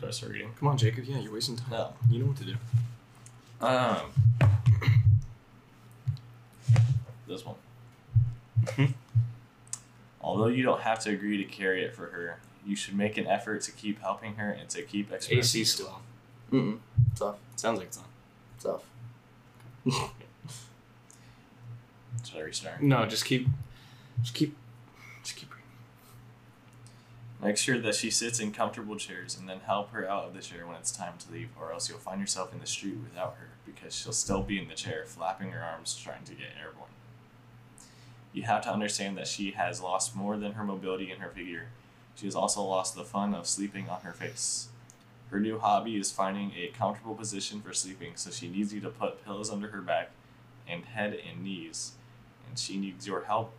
Did I start reading? Come on, Jacob. Yeah, you're wasting time. No. You know what to do. Um, this one. Although you don't have to agree to carry it for her, you should make an effort to keep helping her and to keep expressing. AC still. on. Mm-mm. Tough. Sounds like it's on. Tough. Should I restart? No, just keep, just keep, just keep reading. Make sure that she sits in comfortable chairs and then help her out of the chair when it's time to leave, or else you'll find yourself in the street without her because she'll still be in the chair, flapping her arms, trying to get airborne. You have to understand that she has lost more than her mobility and her figure. She has also lost the fun of sleeping on her face. Her new hobby is finding a comfortable position for sleeping, so she needs you to put pillows under her back and head and knees, and she needs your help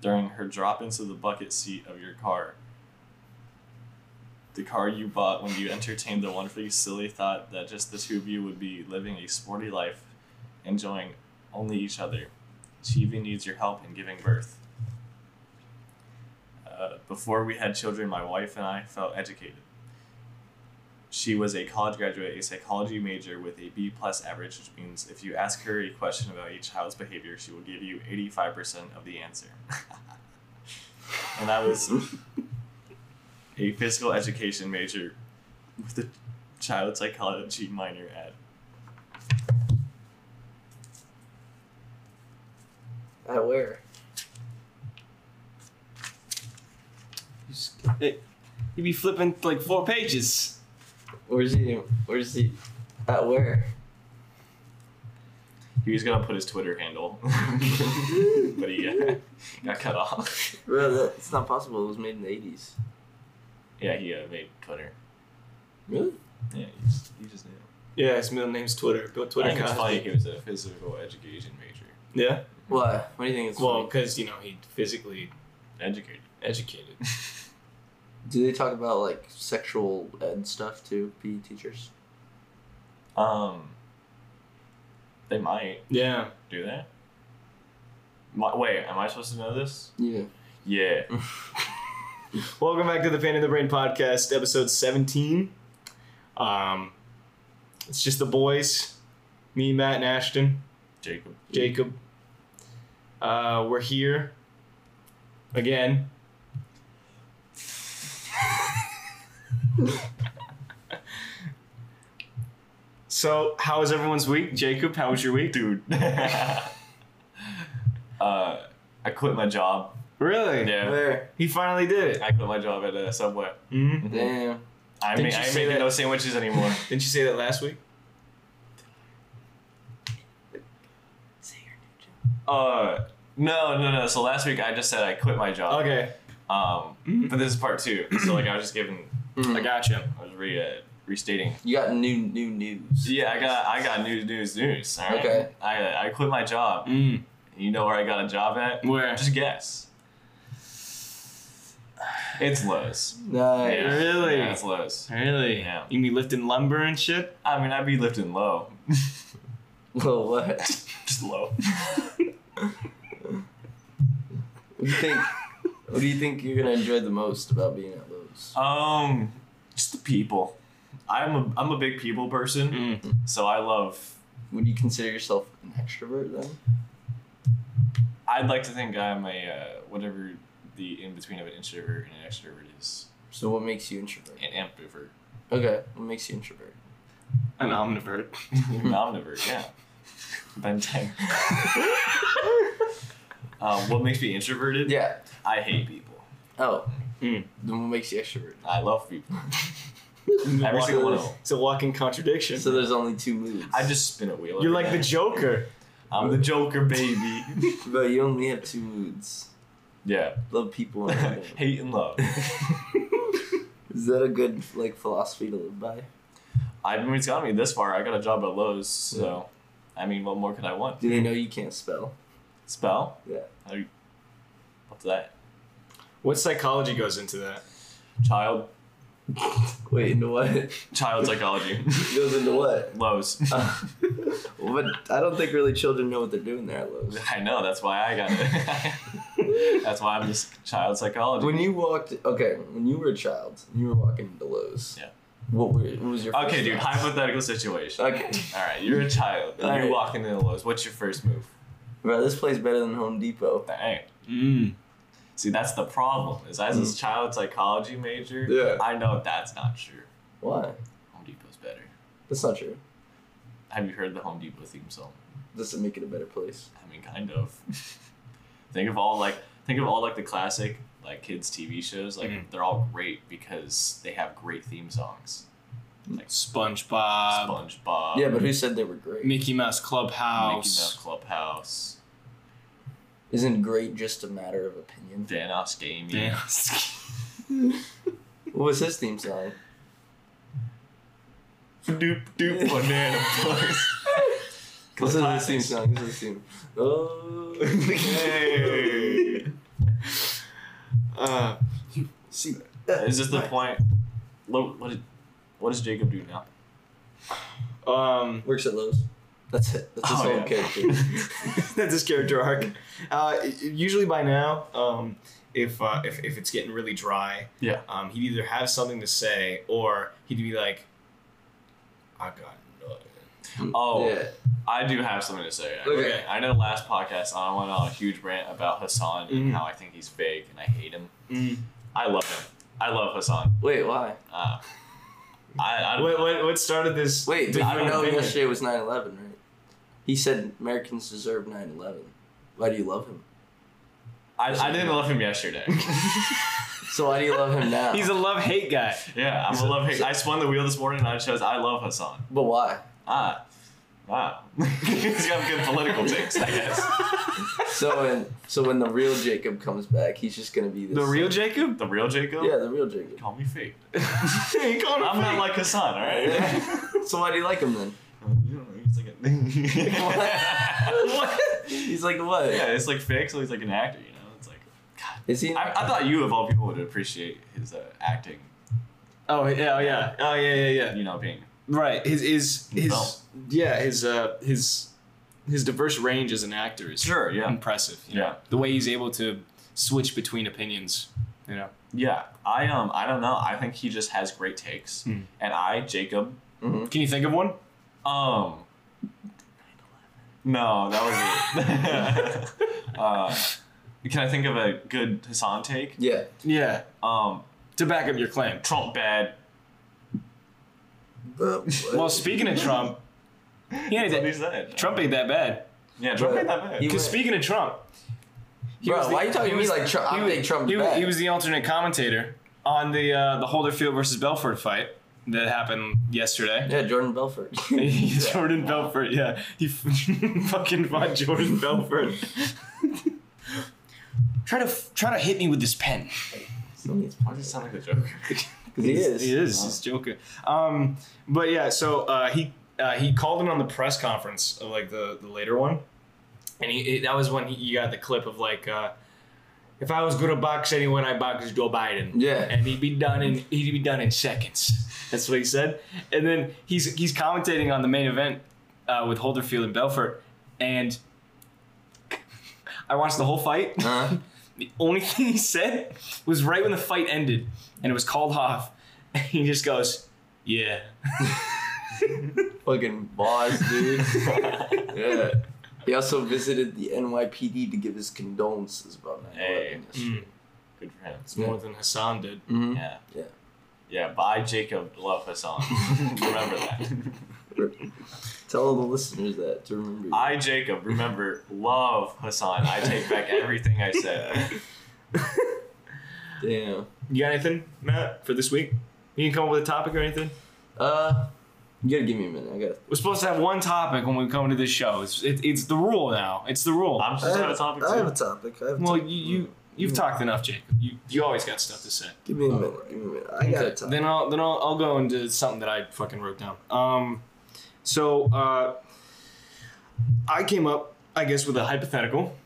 during her drop into the bucket seat of your car. The car you bought when you entertained the wonderfully silly thought that just the two of you would be living a sporty life, enjoying only each other. She even needs your help in giving birth. Uh, before we had children, my wife and I felt educated. She was a college graduate, a psychology major with a B plus average, which means if you ask her a question about a child's behavior, she will give you eighty five percent of the answer. and I was a physical education major with a child psychology minor at At where? You just, it, you be flipping like four pages. Where's he? Where's he? At where? he was gonna put his Twitter handle, but he uh, got cut off. Bro, that, it's not possible. It was made in the eighties. Yeah, he uh, made Twitter. Really? Yeah, he just, he just knew. Yeah, his middle name's Twitter. Go Twitter. I think it's Cosby. funny he was a physical education major. Yeah. What? What do you think it's? Well, funny? because you know he physically Educated. educated. do they talk about like sexual ed stuff too? PE teachers. Um, they might Yeah. do that. My, wait, am I supposed to know this? Yeah. Yeah. Welcome back to the Fan in the Brain podcast, episode 17. Um, it's just the boys, me, Matt, and Ashton, Jacob. Jacob. Uh, we're here again. so, how was everyone's week, Jacob? How was your week, dude? uh, I quit my job. Really? Yeah. Where? He finally did it. I quit my job at uh, Subway. hmm Damn. I, ma- I Didn't you ain't say making that- no sandwiches anymore. Didn't you say that last week? uh, no, no, no. So last week I just said I quit my job. Okay, Um, Mhm. but this is part two. So like I was just giving, Hmm. I gotcha. I was re uh, restating You got new new news. Yeah, I got I got news, news, news. All right? Okay. I I quit my job. Mm. You know where I got a job at? Where? Just guess. It's Lowe's. Nice. Yeah, Really? Yeah, it's Lowe's. Really? Yeah. You mean lifting lumber and shit? I mean, I'd be lifting low, Well, what? just low. What do you think? What do you think you're gonna enjoy the most about being at Lowe's? um, just the people. I'm a I'm a big people person, Mm. so I love. Would you consider yourself an extrovert then? I'd like to think I'm a uh, whatever the in between of an introvert and an extrovert is, So what makes you introvert? an ambivert, Okay, what makes you introvert? An omnivert. an omnivert, yeah. Ben 10. Um, what makes me introverted? Yeah. I hate people. Oh. Hmm. Then what makes you extrovert? I love people. Every single one of them. It's a walking contradiction. So there's only two moods. I just spin a wheel. You're every like the day. Joker. I'm the Joker, baby. But you only have two moods. yeah. Love people and hate them. hate and love. Is that a good like philosophy to live by? I mean, it's got me this far. I got a job at Lowe's, so I mean, what more could I want? Do they know you can't spell? Spell? Yeah. How do you- What's that? What psychology goes into that? Child Wait, into what? It Child psychology. goes into what? Lowe's. Uh, but I don't think really children know what they're doing there at Lowe's. I know. That's why I got it. that's why I'm just child psychology. When you walked, okay, when you were a child, you were walking into Lowe's. Yeah. What, were, what was your first okay, dude. thought? Hypothetical situation. Okay. All right, you're a child. All you're right. walking into Lowe's. What's your first move? Bro, this place better than Home Depot. Hey, Mm. see, that's the problem. Is as a child psychology major, Mm. Yeah. I know that's not true. Why? Home Depot's better. That's not true. Have you heard the Home Depot theme song? Doesn't make it a better place. I mean, kind of. think of all like think of all like the classic like kids TV shows. Like Mhm. they're all great because they have great theme songs. SpongeBob, SpongeBob, yeah, Mickey but who said they were great? Mickey Mouse Mouse Clubhouse. Clubhouse, Isn't great just a matter of opinion? Thanos Gaming. What was his theme song? Doop doop banana boys. This is his theme song. This is his theme. Oh. Hey. Uh, See, Is this the point? Lo- What, did- what does Jacob do now? um, Works at Lowe's. That's it. That's his Oh, whole yeah. character. that's his character arc. Uh, y- usually by now, um, if, uh, if if it's getting really dry, Yeah. um, he'd either have something to say or he'd be like, "I got nothing." Oh, Yeah. I do have something to say. Okay. Okay. I know last podcast I went on a huge rant about Hassan Mhm. Mm-hmm. and how I think he's fake and I hate him. I love him. I love Hassan. Wait, why? Uh, I, I don't What, know. what what started this? Wait, did different I don't know opinion? yesterday was 9 11, right? He said Americans deserve 9 11. Why do you love him? I, I didn't love him yesterday. So why do you love him now? He's a love hate guy. yeah, I'm a love hate. I spun the wheel this morning and I chose I love Hassan. but why? Ah, wow. he's got good political takes, I guess. So when so when the real Jacob comes back, he's just gonna be this. The real Jacob? The real Jacob? Yeah, the real Jacob. Call me fake. He called him I'm not fake. like Hassan, all right? so why do you like him then? He's like a- What? He's like what? Yeah, it's like fake, so he's like an actor, you know? It's like, God. Is he? I, I thought you, of all people, would appreciate his uh, acting, Oh yeah, oh yeah, oh yeah, yeah, yeah. you know, being. Right. His his his No. yeah his uh his his diverse range as an actor is Sure, yeah. impressive. you know? Yeah. The way he's able to switch between opinions. You know. Yeah, I um, I don't know. I think he just has great takes, Hmm. and I, Jacob, Can you think of one? um, no, that was it. uh, can I think of a good Hassan take? yeah. Yeah. Um, To back up your claim. Trump bad. Well, speaking of Trump, he ain't That's what he that, said. Trump ain't that bad. Yeah, Trump ain't that bad. He Because speaking of Trump, he Bro, was the- why are you talking he to me was- like Trump? he I was- think Trump's he, was- bad. he was the alternate commentator on the uh, the Holderfield versus Belford fight that happened yesterday. yeah, Jordan Belfort. Jordan Belfort, yeah. He f- fucking fought Jordan Belfort. try to f- try to hit me with this pen. Why does it sound like the Joker? he is. He is. He's joking. Um, but yeah, so uh, he uh, he called in on the press conference of like the, the later one, and he it, that was when he, you got the clip of like. Uh, if I was gonna box anyone, I box Joe Biden. Yeah. and he'd be done in he'd be done in seconds. That's what he said. And then he's he's commentating on the main event uh, with Holderfield and Belfort, and I watched the whole fight. Huh? The only thing he said was right when the fight ended and it was called off. And he just goes, Yeah. Fucking boss, dude. yeah. He also visited the NYPD to give his condolences about Mm-hmm. 9 Hey. 11 Hmm. yesterday. Good for him. It's more than Hassan did. Mhm. Yeah. Yeah. Yeah. By Jacob, love Hassan. remember that. Tell all the listeners that to remember. you. I Jacob, remember, love Hassan. I take back everything I said. Damn. You got anything, Matt, for this week? You can come up with a topic or anything? Uh, you gotta give me a minute. I gotta. We're supposed to have one topic when we come to this show. It's, it, it's the rule now. It's the rule. I'm just on a topic I have a too. topic. I have a well, topic. you, you, you've talked enough, Jacob. You, you always got stuff to say. Give me a minute. Give me a minute. I got a topic. Then I'll then I'll, I'll go into something that I fucking wrote down. Um, so uh, I came up, I guess, with a hypothetical.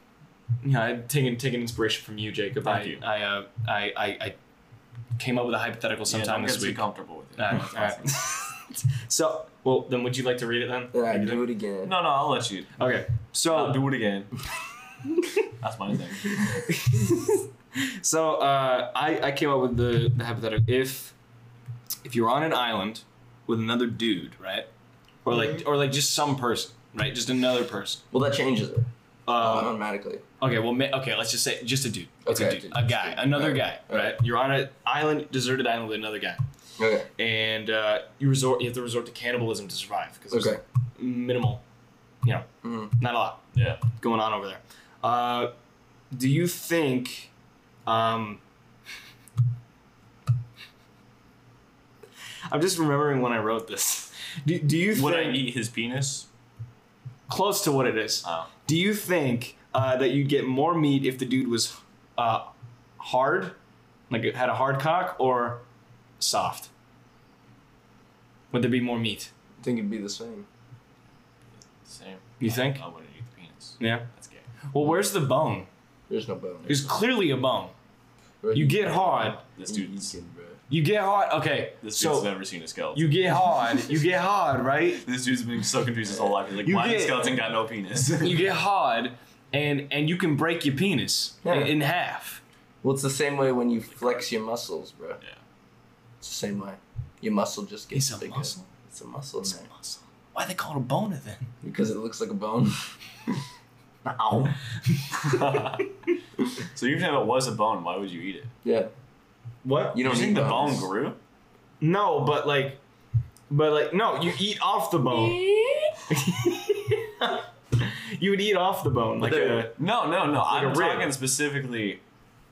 Yeah, I'd taken taken inspiration from you, Jacob. Thank I you. I, uh, I I I came up with a hypothetical yeah, sometime don't this get week. too comfortable with it. All right, That's all right. so, well, then would you like to read it then? Yeah, do it again. No, no, I'll let you. Okay. I'll So, Uh, do it again. That's my thing. so uh, I, I came up with the, the hypothetical if if you're on an island with another dude, right? Or like or like just some person, right? Just another person. Well, that changes it Uh, automatically. okay, well, ma- okay, let's just say just a dude. It's Okay, a dude, dude, a just guy, dude. another Alright, guy, right? alright. You're on an island, deserted island with another guy, Okay. and uh, you resort, you have to resort to cannibalism to survive because there's Okay. minimal, you know, Mhm. not a lot. Yeah. going on over there. Uh, do you think? Um, I'm just remembering when I wrote this. Do, do you Would I think eat his penis? close to what it is? Oh. Do you think uh, that you'd get more meat if the dude was uh, hard, like it had a hard cock, or soft? Would there be more meat? I think it'd be the same. Same. You think? I wouldn't eat the penis. Yeah. That's gay. Well, where's the bone? There's no bone. There's clearly a bone. Bro, You get hard. This you dude's eat it, bro. You get hard. Okay. this Mm-hmm. so- dude's never seen a skeleton. You get hard. You get hard, right? this dude's been so confused his whole life. He's like, You why the get- skeleton got no penis? You get hard, and and you can break your penis Yeah. in, in half. Well, it's the same way when you flex your muscles, bro. Yeah. It's the same way. Your muscle just gets It's a bigger. muscle. It's a muscle in there. Why they call it a boner then? Because it looks like a bone. Ow. so even if it was a bone, why would you eat it? Yeah. What? You You don't think need the bone bones. grew? No, but like, but like, no, you eat off the bone. you would eat off the bone, like a. there- No, no, no. a I'm rib. talking specifically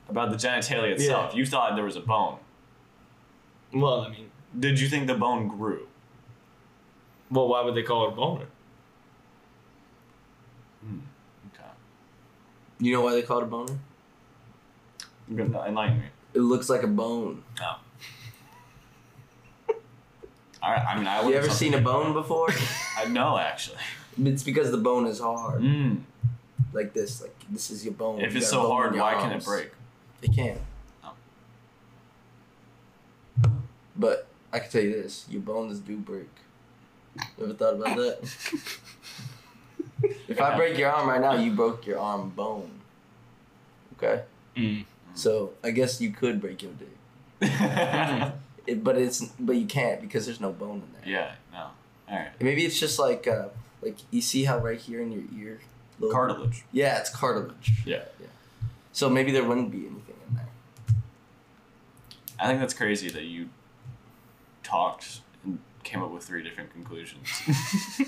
about the genitalia itself. You thought there was a bone. Well, I mean, Did you think the bone grew? well, why would they call it a boner? Okay. You know why they call it a boner? You're gonna enlighten me. It looks like a bone. No. All right. I mean, I would. You ever seen a bone before? I know, actually. it's because the bone is hard. Mm. Like this. Like this is your bone. If You it's got a so bone in hard, your why can it arms. break? It can. Oh. But I can tell you this: your bones do break. You ever thought about that? if I break your arm right now, you broke your arm bone. Okay. Mm. So I guess you could break your dick, it, but it's but you can't because there's no bone in there. yeah. No. All right. And Maybe it's just like uh, like you see how right here in your ear. little- Cartilage. Yeah, it's cartilage. Yeah. So maybe there wouldn't be anything in there. I think that's crazy that you talked and came up with three different conclusions.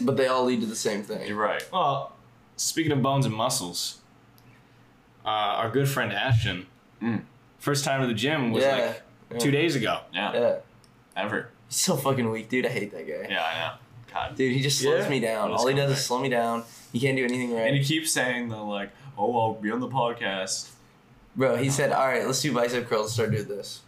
But they all lead to the same You're thing. right. Well, speaking of bones and muscles, uh, our good friend Ashton, Mm. first time to the gym was yeah. like yeah. two days ago. Yeah. Yeah. Ever. He's so fucking weak, dude. I hate that guy. Yeah, I know. God. Dude, he just slows Yeah. me down. Let's All he go does back. is slow me down. He can't do anything And he right. keeps saying though, like, "Oh, I'll be on the podcast." Bro, he said, all right, let's do bicep curls. Let's Start doing this.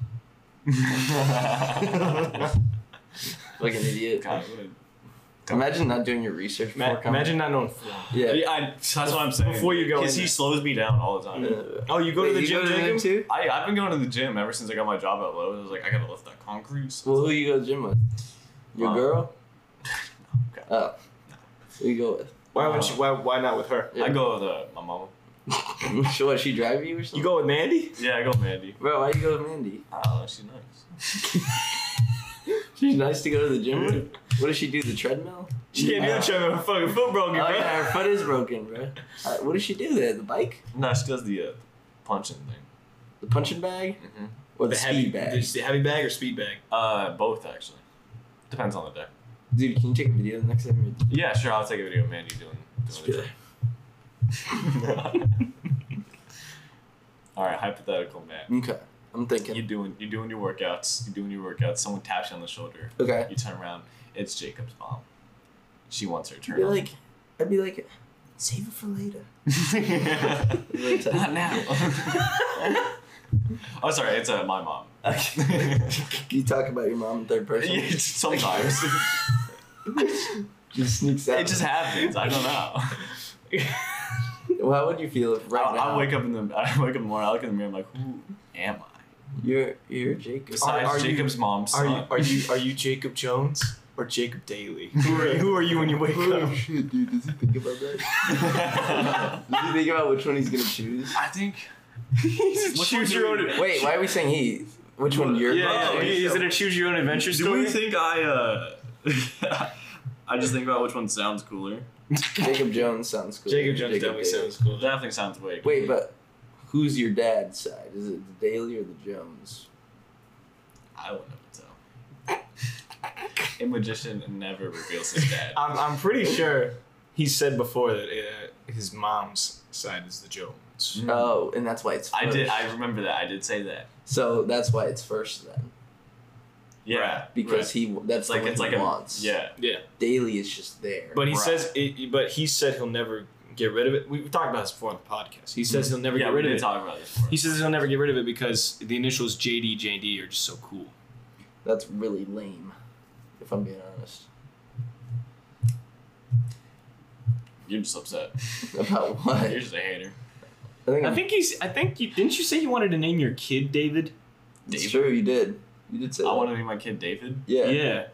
Fucking idiot. God, what a- Imagine not doing your research before Ma- coming. imagine not knowing. Yeah. Yeah, I, that's what I'm saying. Before you go because in he there. slows me down all the time. Uh, Oh, you go wait, to the you gym, go to the Jacob? gym too? I I've been going to the gym ever since I got my job at Lowe's. I was like, I gotta lift that concrete. Well, who you go to the gym with? Your Uh, Mom. girl? Okay. Oh. Who you go Why would she, why why not with her? I go with uh, my mama. with? She- what, she drive you or something? You go with Mandy? Yeah, I go with Mandy. Bro, why you go with Mandy? I don't know, Ah, she's nice. She's nice to go to the gym with? What does she do, the treadmill? She can't do Yeah. the gym with her fucking foot broken, Oh, bro. yeah, her foot is broken, bro. Uh, what does she do there? The bike? No, she does the uh, punching thing. The punching bag? Mhm. Or Mm-hmm. the, The speed heavy bag? bag. The heavy bag or speed bag? Uh, both actually. Depends on the day. Dude, can you take a video the next time you're Yeah, sure. I'll take a video of Mandy doing. Just be doing like, it. all right, hypothetical man. okay, I'm You thinking. doing you doing your workouts? You doing your workouts? Someone taps you on the shoulder. Okay. You turn around. It's Jacob's mom. She wants her I'd turn. be like, I'd be like, save it for later. Not now. oh, sorry. It's uh, my mom. you talk about your mom in third person. Sometimes Just sneaks out. it just happens. I don't know. Well, how would you feel if right I'll, now? I'll wake up in the I wake up in the morning. I look in the mirror. I'm like, who am I? You're you're Jacob. Besides are you- Jacob's mom's Are you son. are you are you Jacob Jones or Jacob Daly? Who are, who are you when you wake Oh up? shit, dude! Does he think about that? Does he think about which one he's gonna choose? I think He's choose your own. Wait, why are we saying he? Which one? Your Yeah, Oh, yeah, yeah. is it a choose your own adventure Do story? we think I uh I just think about which one sounds cooler. Jacob Jones sounds cool. Jacob Jones definitely Daly. sounds cool. It definitely sounds way cooler. Wait, but who's your dad's side? Is it the Daly or the Jones? I would never tell. A magician never reveals his dad. I'm I'm pretty sure he said before that uh, his mom's side is the Jones. Mm. Oh, and that's why it's. First. I did I remember that. I did say that. So that's why it's first then, Yeah. Right, because he that's It's like the it's one like he a wants. Yeah. Yeah, Daly is just there. but he Right. says it, but he said he'll never get rid of it. We talked about this before on the podcast. He says he'll never yeah, get we rid of did it. talk about this before. He says he'll never get rid of it because the initials JD JD are just so cool. that's really lame, if I'm being honest. You're just upset. About what? You're just a hater. I think, I I'm- think he's. I think you didn't. You say you wanted to name your kid David. it's David. true. You did. You did say. I that. want to be my kid David. Yeah.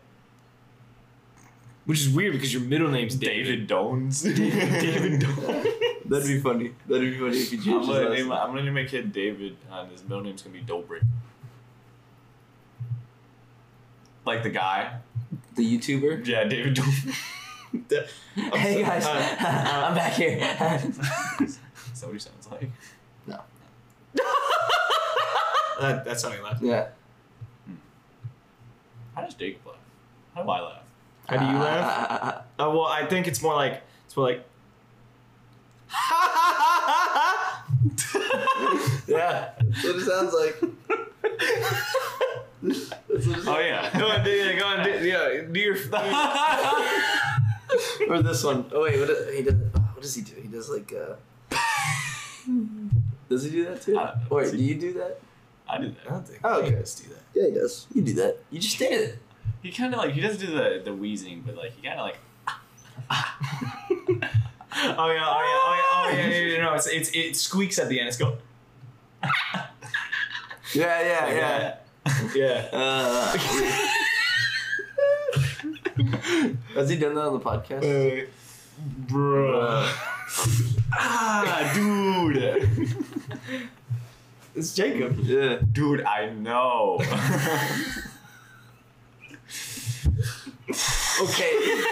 Which is weird because your middle name's David David. Dones. David That'd be funny. That'd be funny if you I'm changed his gonna, last name, name. my- I'm gonna name my kid David, and his middle name's gonna be Dobrik. Like the guy. The YouTuber. Yeah, David Dobrik. hey so- guys, uh, uh, I'm back here. Is that what he sounds like? That, that's how he laughed. yeah. How does Jacob laugh? How do I laugh? How do you laugh? Uh, well, I think it's more like it's more like. yeah. That's what it sounds like. That's what it sounds Oh yeah. go on, do, yeah, go on, do, yeah, do your. Or this one. Oh wait, what do- he does? What does he do? He does like. uh Does he do that too? I don't know. Or Does Uh, do he- you do that? I did that. don't think. Oh, okay. let's do that. Yeah, he does. You do that. You just did it. He kind of like he doesn't do the the wheezing, but like he kind of like Oh yeah, oh yeah, oh yeah, oh yeah, yeah, yeah, yeah, no, it's, it's it squeaks at the end. It's go. Yeah, yeah, yeah. that. Yeah. Uh, has he done that on the podcast? Bruh. Ah, dude, It's Jacob. yeah. dude, I know. Okay.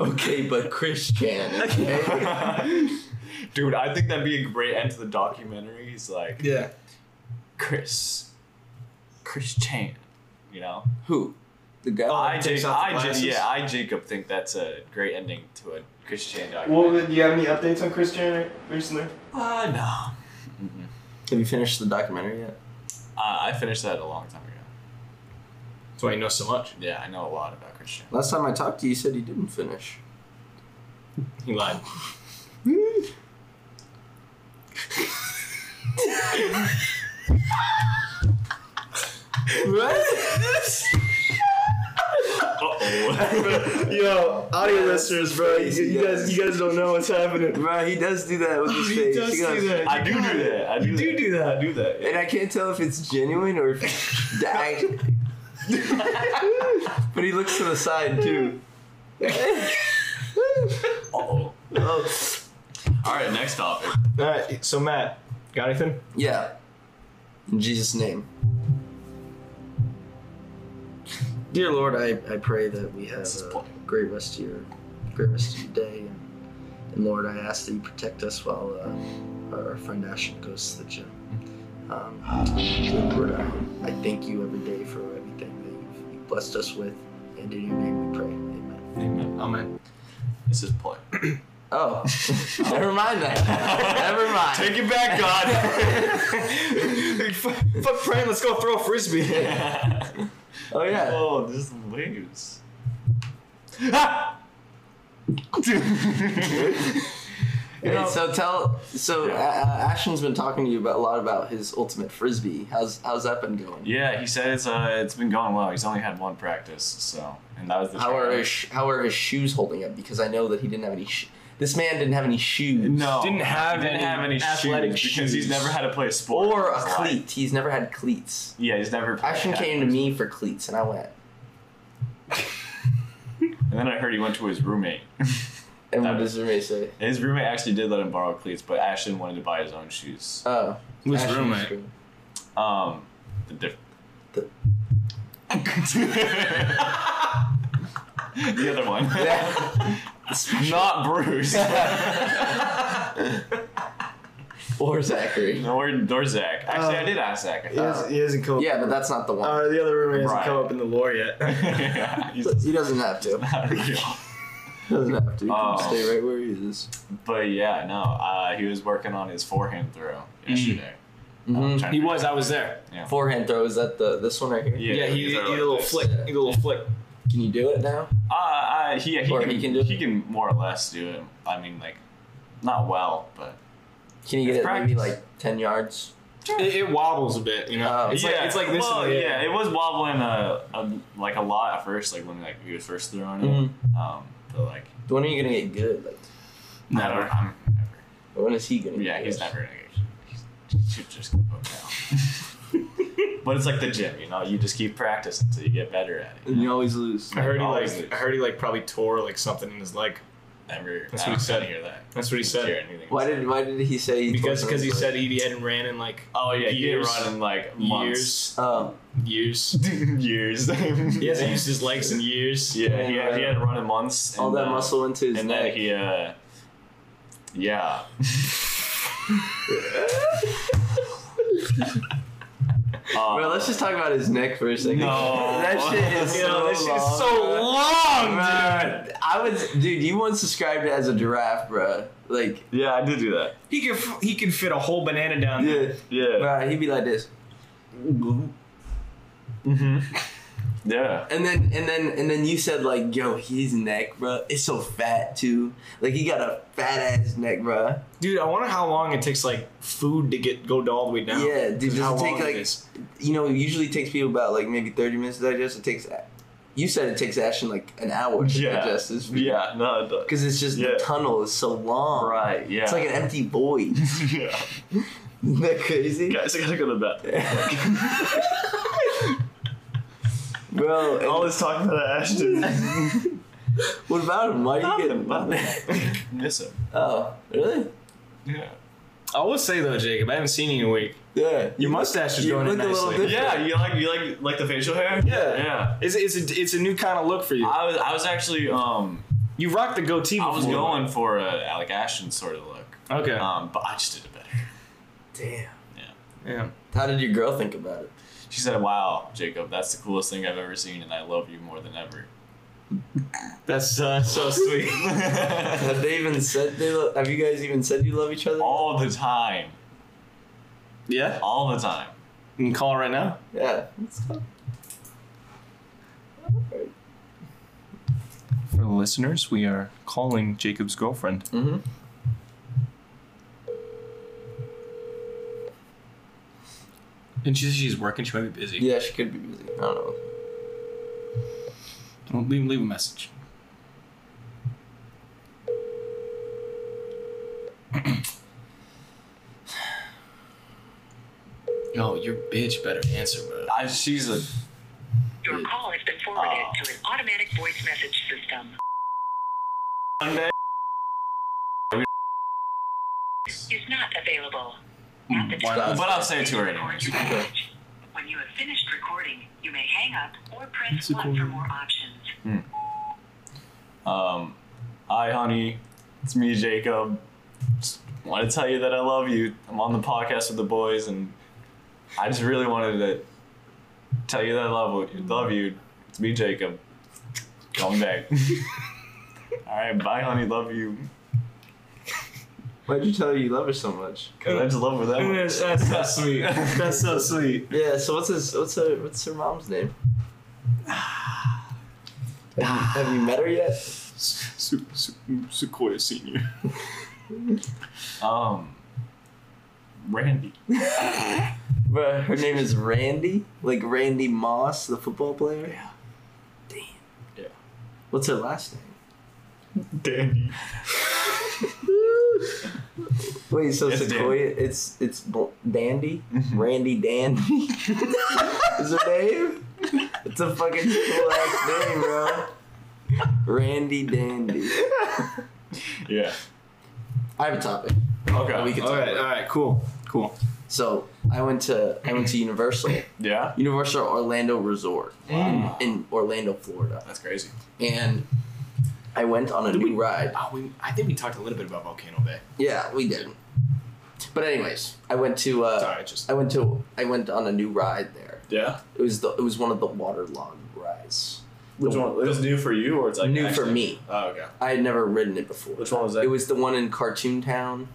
okay, but Christian. Okay. dude, I think that'd be a great end to the documentary. He's like Yeah. Chris, Chris Chan, you know. Who? The guy. I Oh, takes Jacob, off the I just glasses. yeah, I Jacob think that's a great ending to a Chris Chan documentary. Well, do you have any updates on Chris Jenner recently? Ah, no. Have you finished the documentary yet? Uh, I finished that a long time ago. That's why you know so much. Yeah, I know a lot about Christian. Last time I talked to you, you said you didn't finish. He lied. What? Uh-oh. Yo, audio Yes, listeners, bro, you, you yes. guys, you guys don't know what's happening. Bro, he does do that with his He face. does He do goes- that. I do do that. I do You do that. do that. I do that. And I can't tell if it's genuine or if it's dying. but he looks to the side too. Uh-oh. oh. All right, next topic. All right, so Matt, got anything? Yeah. In Jesus' name. Dear Lord, I, I pray that we have This is a pl- great rest of your great rest of your day, and, and Lord, I ask that you protect us while uh, our, our friend Ashton goes to the gym. Um, dear Lord, I, I thank you every day for everything that you've, you've blessed us with, and in your name we pray. Amen. Amen. Amen. This is play. Oh, never mind that. never mind. Take it back, God. fuck, fuck praying, let's go throw a frisbee. oh yeah. Oh, this is leaves. Ah! Hey, know- so tell so uh, uh, Ashton's been talking to you about a lot about his ultimate frisbee. How's how's that been going? yeah, he said it's uh, it's been going well. He's only had one practice, so and that was the How are trial. his how are his shoes holding up? Because I know that he didn't have any. Sh- This man didn't have any shoes. No, Didn't have didn't any have any athletic shoes because he's shoes. never had to play a sport Or in a his life. cleat. He's never had cleats. Yeah, he's never. played Ashton that. came to me for cleats, and I went. and then I heard he went to his roommate. And what That- does the roommate say? His roommate actually did let him borrow cleats, but Ashton wanted to buy his own shoes. Oh, Which Ashton's roommate? room. Um, the diff- The- the other one. Yeah. Not Bruce. or Zachary. or, or Zach. Actually, I Uh, did ask Zach. I He, hasn't, he hasn't come. Yeah, but that's not the one. Uh, the other roommate hasn't Right. come up in the lore yet. thought. He's he doesn't have to. not real. He doesn't have to. He can Oh. stay right where he is. But yeah, no. Uh, he was working on his forehand throw yesterday. Mm-hmm. Um, trying Mm. Mm-hmm. he to- was. I was there. Yeah. Forehand throw is that the this one right here? Yeah, Yeah, he, he he's did a already- little flick. He did a little flick. Can you do it now? Uh, uh, he, yeah, he, Or can, he can do it? he can more or less do it. I mean, like, not well, but Can you get It's it maybe practice. like ten yards? It, it wobbles a bit, you know. Oh. it's like it's like this. Well, in the air. yeah, it was wobbling a, a like a lot at first, like when like we was first throwing it. Mm-hmm. Um, but like When are you gonna get good? Like I don't. I'm never. when is he gonna? Yeah, get he's good? never. gonna get- He should just go down. but it's like the gym, you know. You just keep practicing until you get better at it. And you always lose. I heard he Always like is. I heard he like probably tore like something in his leg. Never. I That's what he don't said. Hear that? That's what he Didn't hear said. anything. Why did Why did he say? He Because tore because he his said leg? he hadn't ran in like Oh yeah, he didn't Years. run in like months. years, Um, years. years. He hasn't used his legs in years. Yeah, he, had- he had run in months. all and, that uh, muscle went to his and neck. then he uh yeah Uh, Bro, let's just talk about his neck for a second. No. that shit is Yo, so Yo, this long. is so long, bruh. dude. I was, dude. You once described it as a giraffe, bro. Like, yeah i did do that He could f- he could fit a whole banana down there. yeah, yeah bro. He'd be like this, yeah and then and then and then you said like, yo, his neck, bro. It's so fat too. Like, he got a fat ass neck, bro. Dude, I wonder how long it takes like food to get go all the way down. Yeah, dude, Just does how it take long it like is. you know? It usually takes people about like maybe thirty minutes to digest. It takes, you said it takes Ashton like an hour to Yeah. digest this food. yeah no it does. because it's just Yeah. the tunnel is so long. right yeah It's like an empty void. yeah Isn't that crazy, guys i gotta go to bed bro? and all this talk about ashton what about him? Why are Nothing, you getting nothing. miss him Oh, really? yeah I will say though, Jacob, I haven't seen you in a week. Yeah. Your mustache is you going in look a little nicely. different. yeah you like you like like the facial hair Yeah. yeah It's, it's, a, it's a new kind of look for you. i was i was actually um You rocked the goatee. i was before. going for a alec ashton sort of look Okay. um but i just did it better Damn. yeah. How did your girl think about it? She said, "Wow, Jacob, that's the coolest thing I've ever seen, and I love you more than ever." That's uh, so sweet. Have they even said they? Lo- have you guys even said you love each other? all the time, yeah. all the time. You can call right now. Yeah. For the listeners, we are calling Jacob's girlfriend. Mm-hmm. And she says she's working. She might be busy. Yeah, she could be busy. I don't know. Well, leave, leave a message. Yo, your bitch better answer, bro. I, she's a Your Mm. call has been forwarded Ah. to an automatic voice message system. Is not available. At the Why not? time, But I'll say it to her record your anyways. message. When you have finished recording, you may hang up or press It's a 1 for cool- more options. um, hi, honey, it's me, Jacob. Just want to tell you that I love you. I'm on the podcast with the boys, and I just really wanted to tell you that I love you. Love you. It's me, Jacob. Going back. all right, bye, honey. Love you. Why'd you tell her you love her so much? Cause I just love her that much. That's, that's so sweet. That's so sweet. Yeah. So what's his? What's her? What's her mom's name? have, you, have you met her yet? Sequoia Senior. Um, Randy. Bruh, her name is Randy, like Randy Moss, the football player. Yeah. Damn. Yeah. What's her last name? Dandy. Wait, so It's Sequoia, it's it's bl- Dandy, Mm-hmm. Randy Dandy. Is her name? It's a fucking cool ass name, bro. Randy Dandy. Yeah. I have a topic. Okay. We can all talk right, about all it. right, cool, cool. So I went to I went to Universal, Yeah. Universal Orlando Resort Wow. Mm. in Orlando, Florida, That's crazy. and I went on a Did new we- ride. Oh, we, I think we talked a little bit about Volcano Bay. Yeah, we did. But anyways, I went to uh, Sorry, just I went to I went on a new ride there. Yeah. It was the it was one of the waterlogged rides. Which The- one? It was new for you, or it's like New for actually- me. Oh, okay. I had never ridden it before. Which one was that? It was the one in Cartoon Town.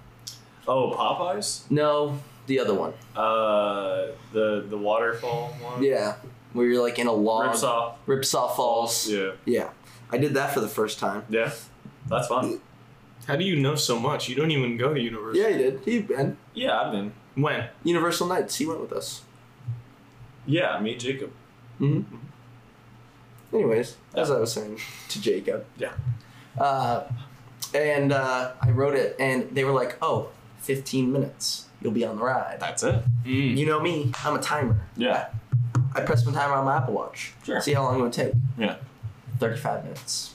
Oh, Popeyes. No, the other one. Uh, the the waterfall one. Yeah, where you're like in a log. Rips off. Ripsaw Falls. Yeah. Yeah. I did that for the first time. Yeah. That's fun. how do you know so much? You don't even go to Universal. Yeah, he did. He been Yeah, I've been. When? Universal Nights. He went with us. Yeah, me, Jacob. Mm-hmm. Anyways, as Yeah. I was saying to Jacob. Yeah. Uh, and uh, I wrote it, and they were like, "Oh, 15 minutes. You'll be on the ride." That's it. Mm. You know me. I'm a timer. Yeah. I press my timer on my Apple Watch. Sure. See how long it would take. Yeah. 35 minutes.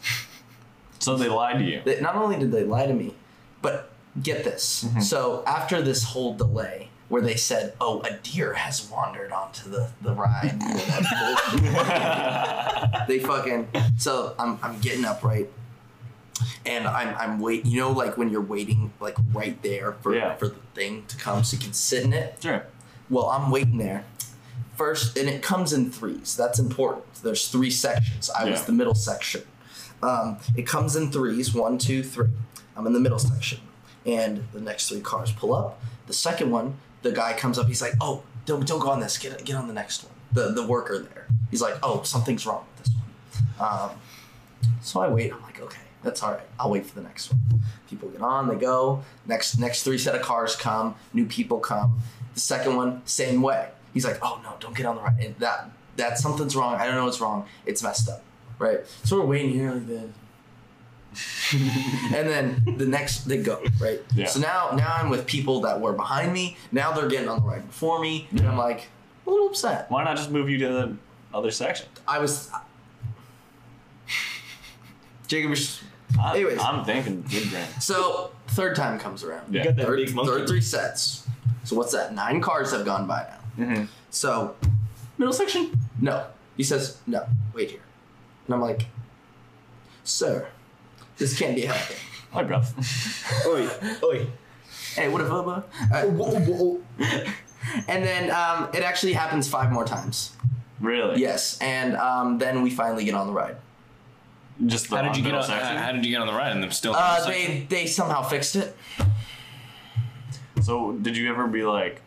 So they lied to you. They, not only did they lie to me, but get this. Mm-hmm. So after this whole delay, where they said, "Oh, a deer has wandered onto the the ride," you know, that bullshit. they fucking. So I'm I'm getting up right. And I'm I'm wait. You know, like when you're waiting, like right there for Yeah. for the thing to come, so you can sit in it. sure. Well, I'm waiting there. First, and it comes in threes. That's important. There's three sections. I was Yeah. the middle section. Um, it comes in threes. One, two, three. I'm in the middle section, and the next three cars pull up. The second one, the guy comes up. He's like, "Oh, don't don't go on this. Get get on the next one." The the worker there. He's like, "Oh, something's wrong with this one." Um, so I wait. I'm like, okay, that's all right. I'll wait for the next one. People get on, they go. Next, next three set of cars come. New people come. The second one, same way. He's like, oh no, don't get on the right. And that that something's wrong. I don't know what's wrong. It's messed up, right? So we're waiting here like this. and then the next they go right. Yeah. So now now I'm with people that were behind me. Now they're getting on the ride before me, and I'm like a little upset. Why not just move you to the other section? I was. Jacob, you're s- I'm, Anyways. I'm thinking good brand. So third time comes around. Yeah. got that Third, big monkey. third three sets. So what's that? Nine cars have gone by now. Mhm. So middle section? No. He says no. Wait here, and I'm like, sir, this can't be happening. Hi, bro. Oi, oi. Hey, what a boba. and then um, it actually happens five more times. really? Yes, and um, then we finally get on the ride. Just the How did you get middle on? uh, section. How did you get on the ride? And I'm still. Uh, they they somehow fixed it. So did you ever be like,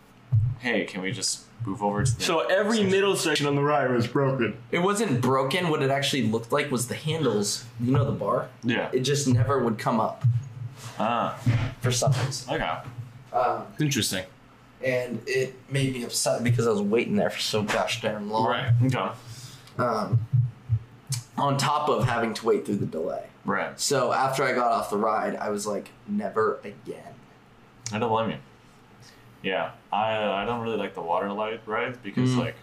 hey, can we just move over to the so every middle section on the ride was broken. It wasn't broken. What it actually looked like was the handles. You know the bar. Yeah. It just never would come up Ah. for some reason. Okay. Um, Interesting. and it made me upset because I was waiting there for so gosh darn long. Right. Okay. Um, on top of having to wait through the delay. Right. So after I got off the ride, I was like, never again. I don't blame you. Yeah, I I don't really like the water light rides because Mm. like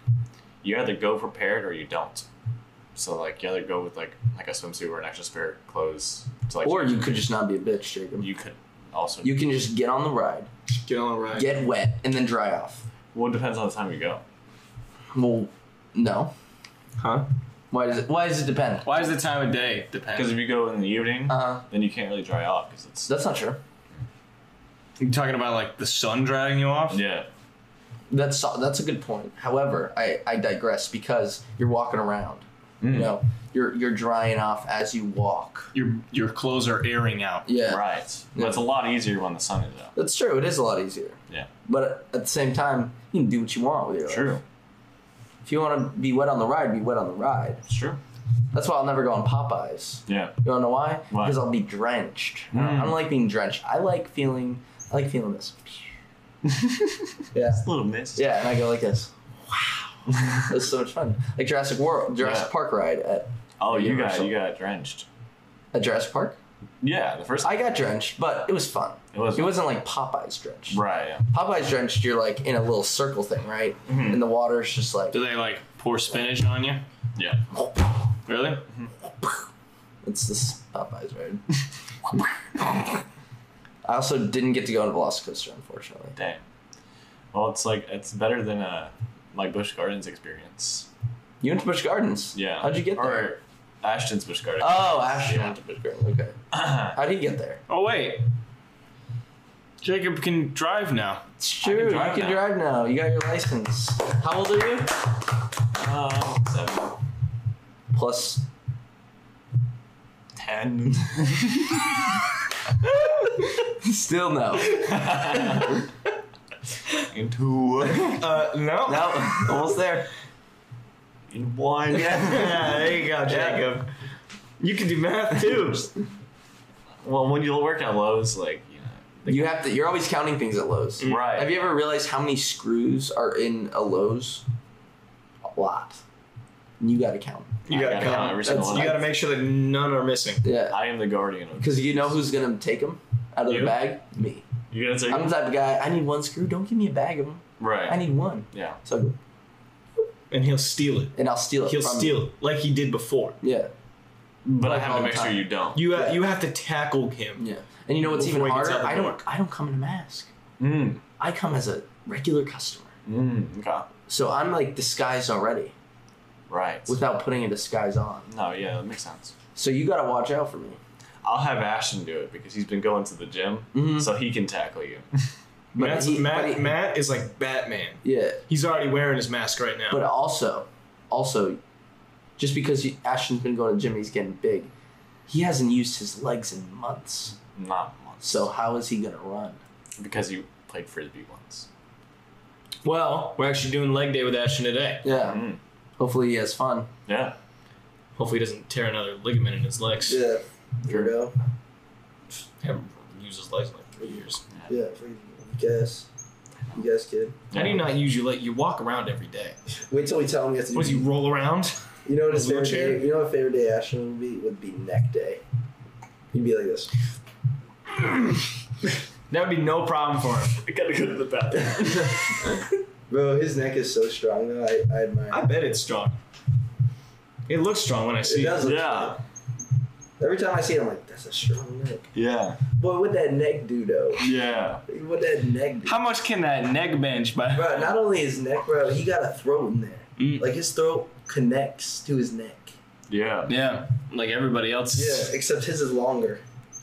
you either go prepared or you don't. So like you either go with like like a swimsuit or an extra spare clothes. To, like, Or you could just not be a bitch, Jacob. you could also You can just get on the ride, Get on the ride. get wet, and then dry off. well it depends on the time you go. Well, no. Huh? Why does it? Why does it depend? Why does the time of day Because depend? if you go in the evening, Uh-huh. then you can't really dry off because it's That's not true. You're talking about like the sun dragging you off. yeah That's so- that's a good point. However, I, I digress because you're walking around. Hmm. You know, you're you're drying off as you walk. Your your clothes are airing out. Yeah, right. Yeah. But it's a lot easier when the sun is out. that's true. It is a lot easier. Yeah, But at the same time, you can do what you want with your life. true. If you want to be wet on the ride, be wet on the ride. It's true. That's why I'll never go on Popeyes. Yeah. You wanna know Why? why? Hmm. Because I'll be drenched. I don't- I don't like being drenched. I like feeling. I like feeling this. yeah. A little mist. Yeah, and I go like this. Wow, that's so much fun. Like Jurassic World, Jurassic Yeah. Park ride at Oh, you got Universal. you got drenched. at Jurassic Park. Yeah, the first. I got drenched, but it was fun. It was- It wasn't like Popeye's drenched. right. Yeah. Popeye's drenched, you're like in a little circle thing, right? Mm-hmm. Mhm. And the water's just like Do they like pour spinach on you? yeah. Really? it's this Popeye's ride. I also didn't get to go on Velocicoaster, unfortunately. Dang. Well, it's like it's better than a like Bush Gardens experience. You went to Busch Gardens. Yeah. How'd you get there? Or Ashton's Bush Gardens. Oh, Ashton Yeah. went to Busch Gardens. Okay. How'd he get there? Oh wait. Jacob can drive now. It's true. You drive now. can drive now. You got your license. How old are you? Um, seven. Plus. Ten. Still no. In two. Uh, no. No. Almost there. In one. Yeah, there you go, Jacob. You can do math too. Well, when you work at Lowe's, like you know, they- You have to. You're always counting things at Lowe's. right. Have you ever realized how many screws are in a Lowe's? A lot. And You got to count. You I gotta, gotta count. count every single That's- one. You gotta make sure that none are missing. Yeah. I am the guardian of. Because you know who's gonna take them out of You? the bag? Me. You gotta take. I'm the type of guy. I need one screw. Don't give me a bag of them. right. I need one. yeah. So And he'll steal it. and I'll steal it. He'll from you. steal it like he did before. Yeah. But I Like have all to the make sure time. you don't. You ha- Yeah. you have to tackle him. Yeah. And you know what's Before even he gets harder? out the I door. Hmm. don't. I don't come in a mask. Mm. I come as a regular customer. Mm. Okay. So I'm like disguised already Right. without putting a disguise on. no. Yeah, that makes sense. So you gotta watch out for me. I'll have Ashton do it because he's been going to the gym, Mhm. so he can tackle you. But Matt's, he- Matt but he- Matt is like Batman. Yeah. He's already wearing his mask right now. But also, also, just because he, Ashton's been going to the gym, he's getting big. He hasn't used his legs in months. Not once. So how is he gonna run? because you played frisbee once. well, we're actually doing leg day with Ashton today. Yeah. Mm. Hopefully he has fun. Yeah. Hopefully, he doesn't tear another ligament in his legs. Yeah. weirdo. Haven't used his legs in like three years. Yeah. Guess. You guys kid. How do you not use your leg? You walk around every day. Wait till we tell him he has to What does he roll around? You know what his favorite Wheelchair? day- You know what favorite day Ashton would be? Would be neck day. He'd be like this. That would be no problem for him. I gotta go to the bathroom. Bro, his neck is so strong though. I, I admire. I bet it's strong. It looks strong when I see it it. does look yeah. strong. Every time I see it, I'm like, that's a strong neck. Yeah. Boy, what that neck do though? Yeah. What that neck do? How much can that neck bench by? Bro, not only his neck, bro, he got a throat in there. Mm. Like his throat connects to his neck. Yeah. Yeah, like everybody else. Yeah, except his is longer.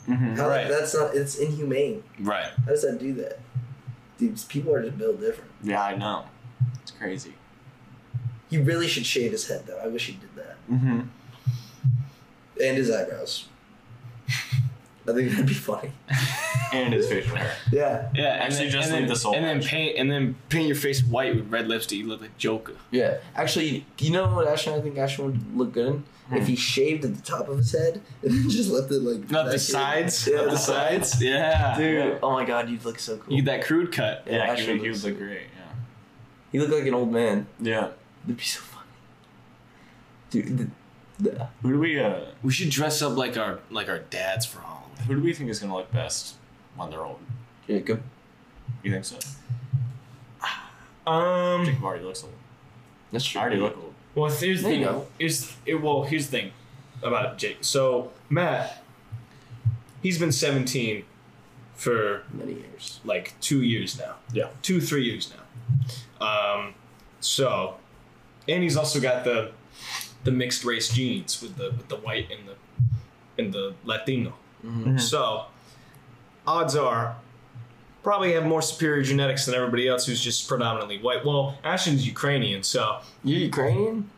Mhm. How, Mm, Right. That's not. It's inhumane. Right. How does that do that? Dude, people are just built different. Yeah, I know. It's crazy. He really should shave his head though. I wish he did that. Mm-hmm. And his eyebrows. I think that'd be funny. And his facial hair. Yeah. Yeah. and Actually, then- just and leave then, the soul And then patch. paint and then paint your face white with red lipstick. You look like Joker. Yeah. Actually, you know what Ashton? I think Ashton would look good in if he shaved at the top of his head and then just left it like Not back the in. sides. Yeah, not the the sides. Yeah. Dude, oh my god, you'd look so cool. You get that crude cut. Yeah, Yeah, he, Ashton would- he would looks- look great. Yeah. You look like an old man. Yeah. That'd be so funny. Dude, the, the, Who do we uh We should dress up like our like our dads for Halloween. who do we think is gonna look best when they're old? Jacob. You think so? Um. Jacob already looks old. That's I true. already look old. Well, here's the There you thing. go. Here's it, well, here's the thing about Jake. So Matt, he's been 17 for Many years. like two years now. Yeah. two three years now. Um, so, and he's also got the the mixed race genes with the with the white and the and the Latino. So, odds are, probably have more superior genetics than everybody else who's just predominantly white. Well, Ashton's Ukrainian, so You Ukrainian?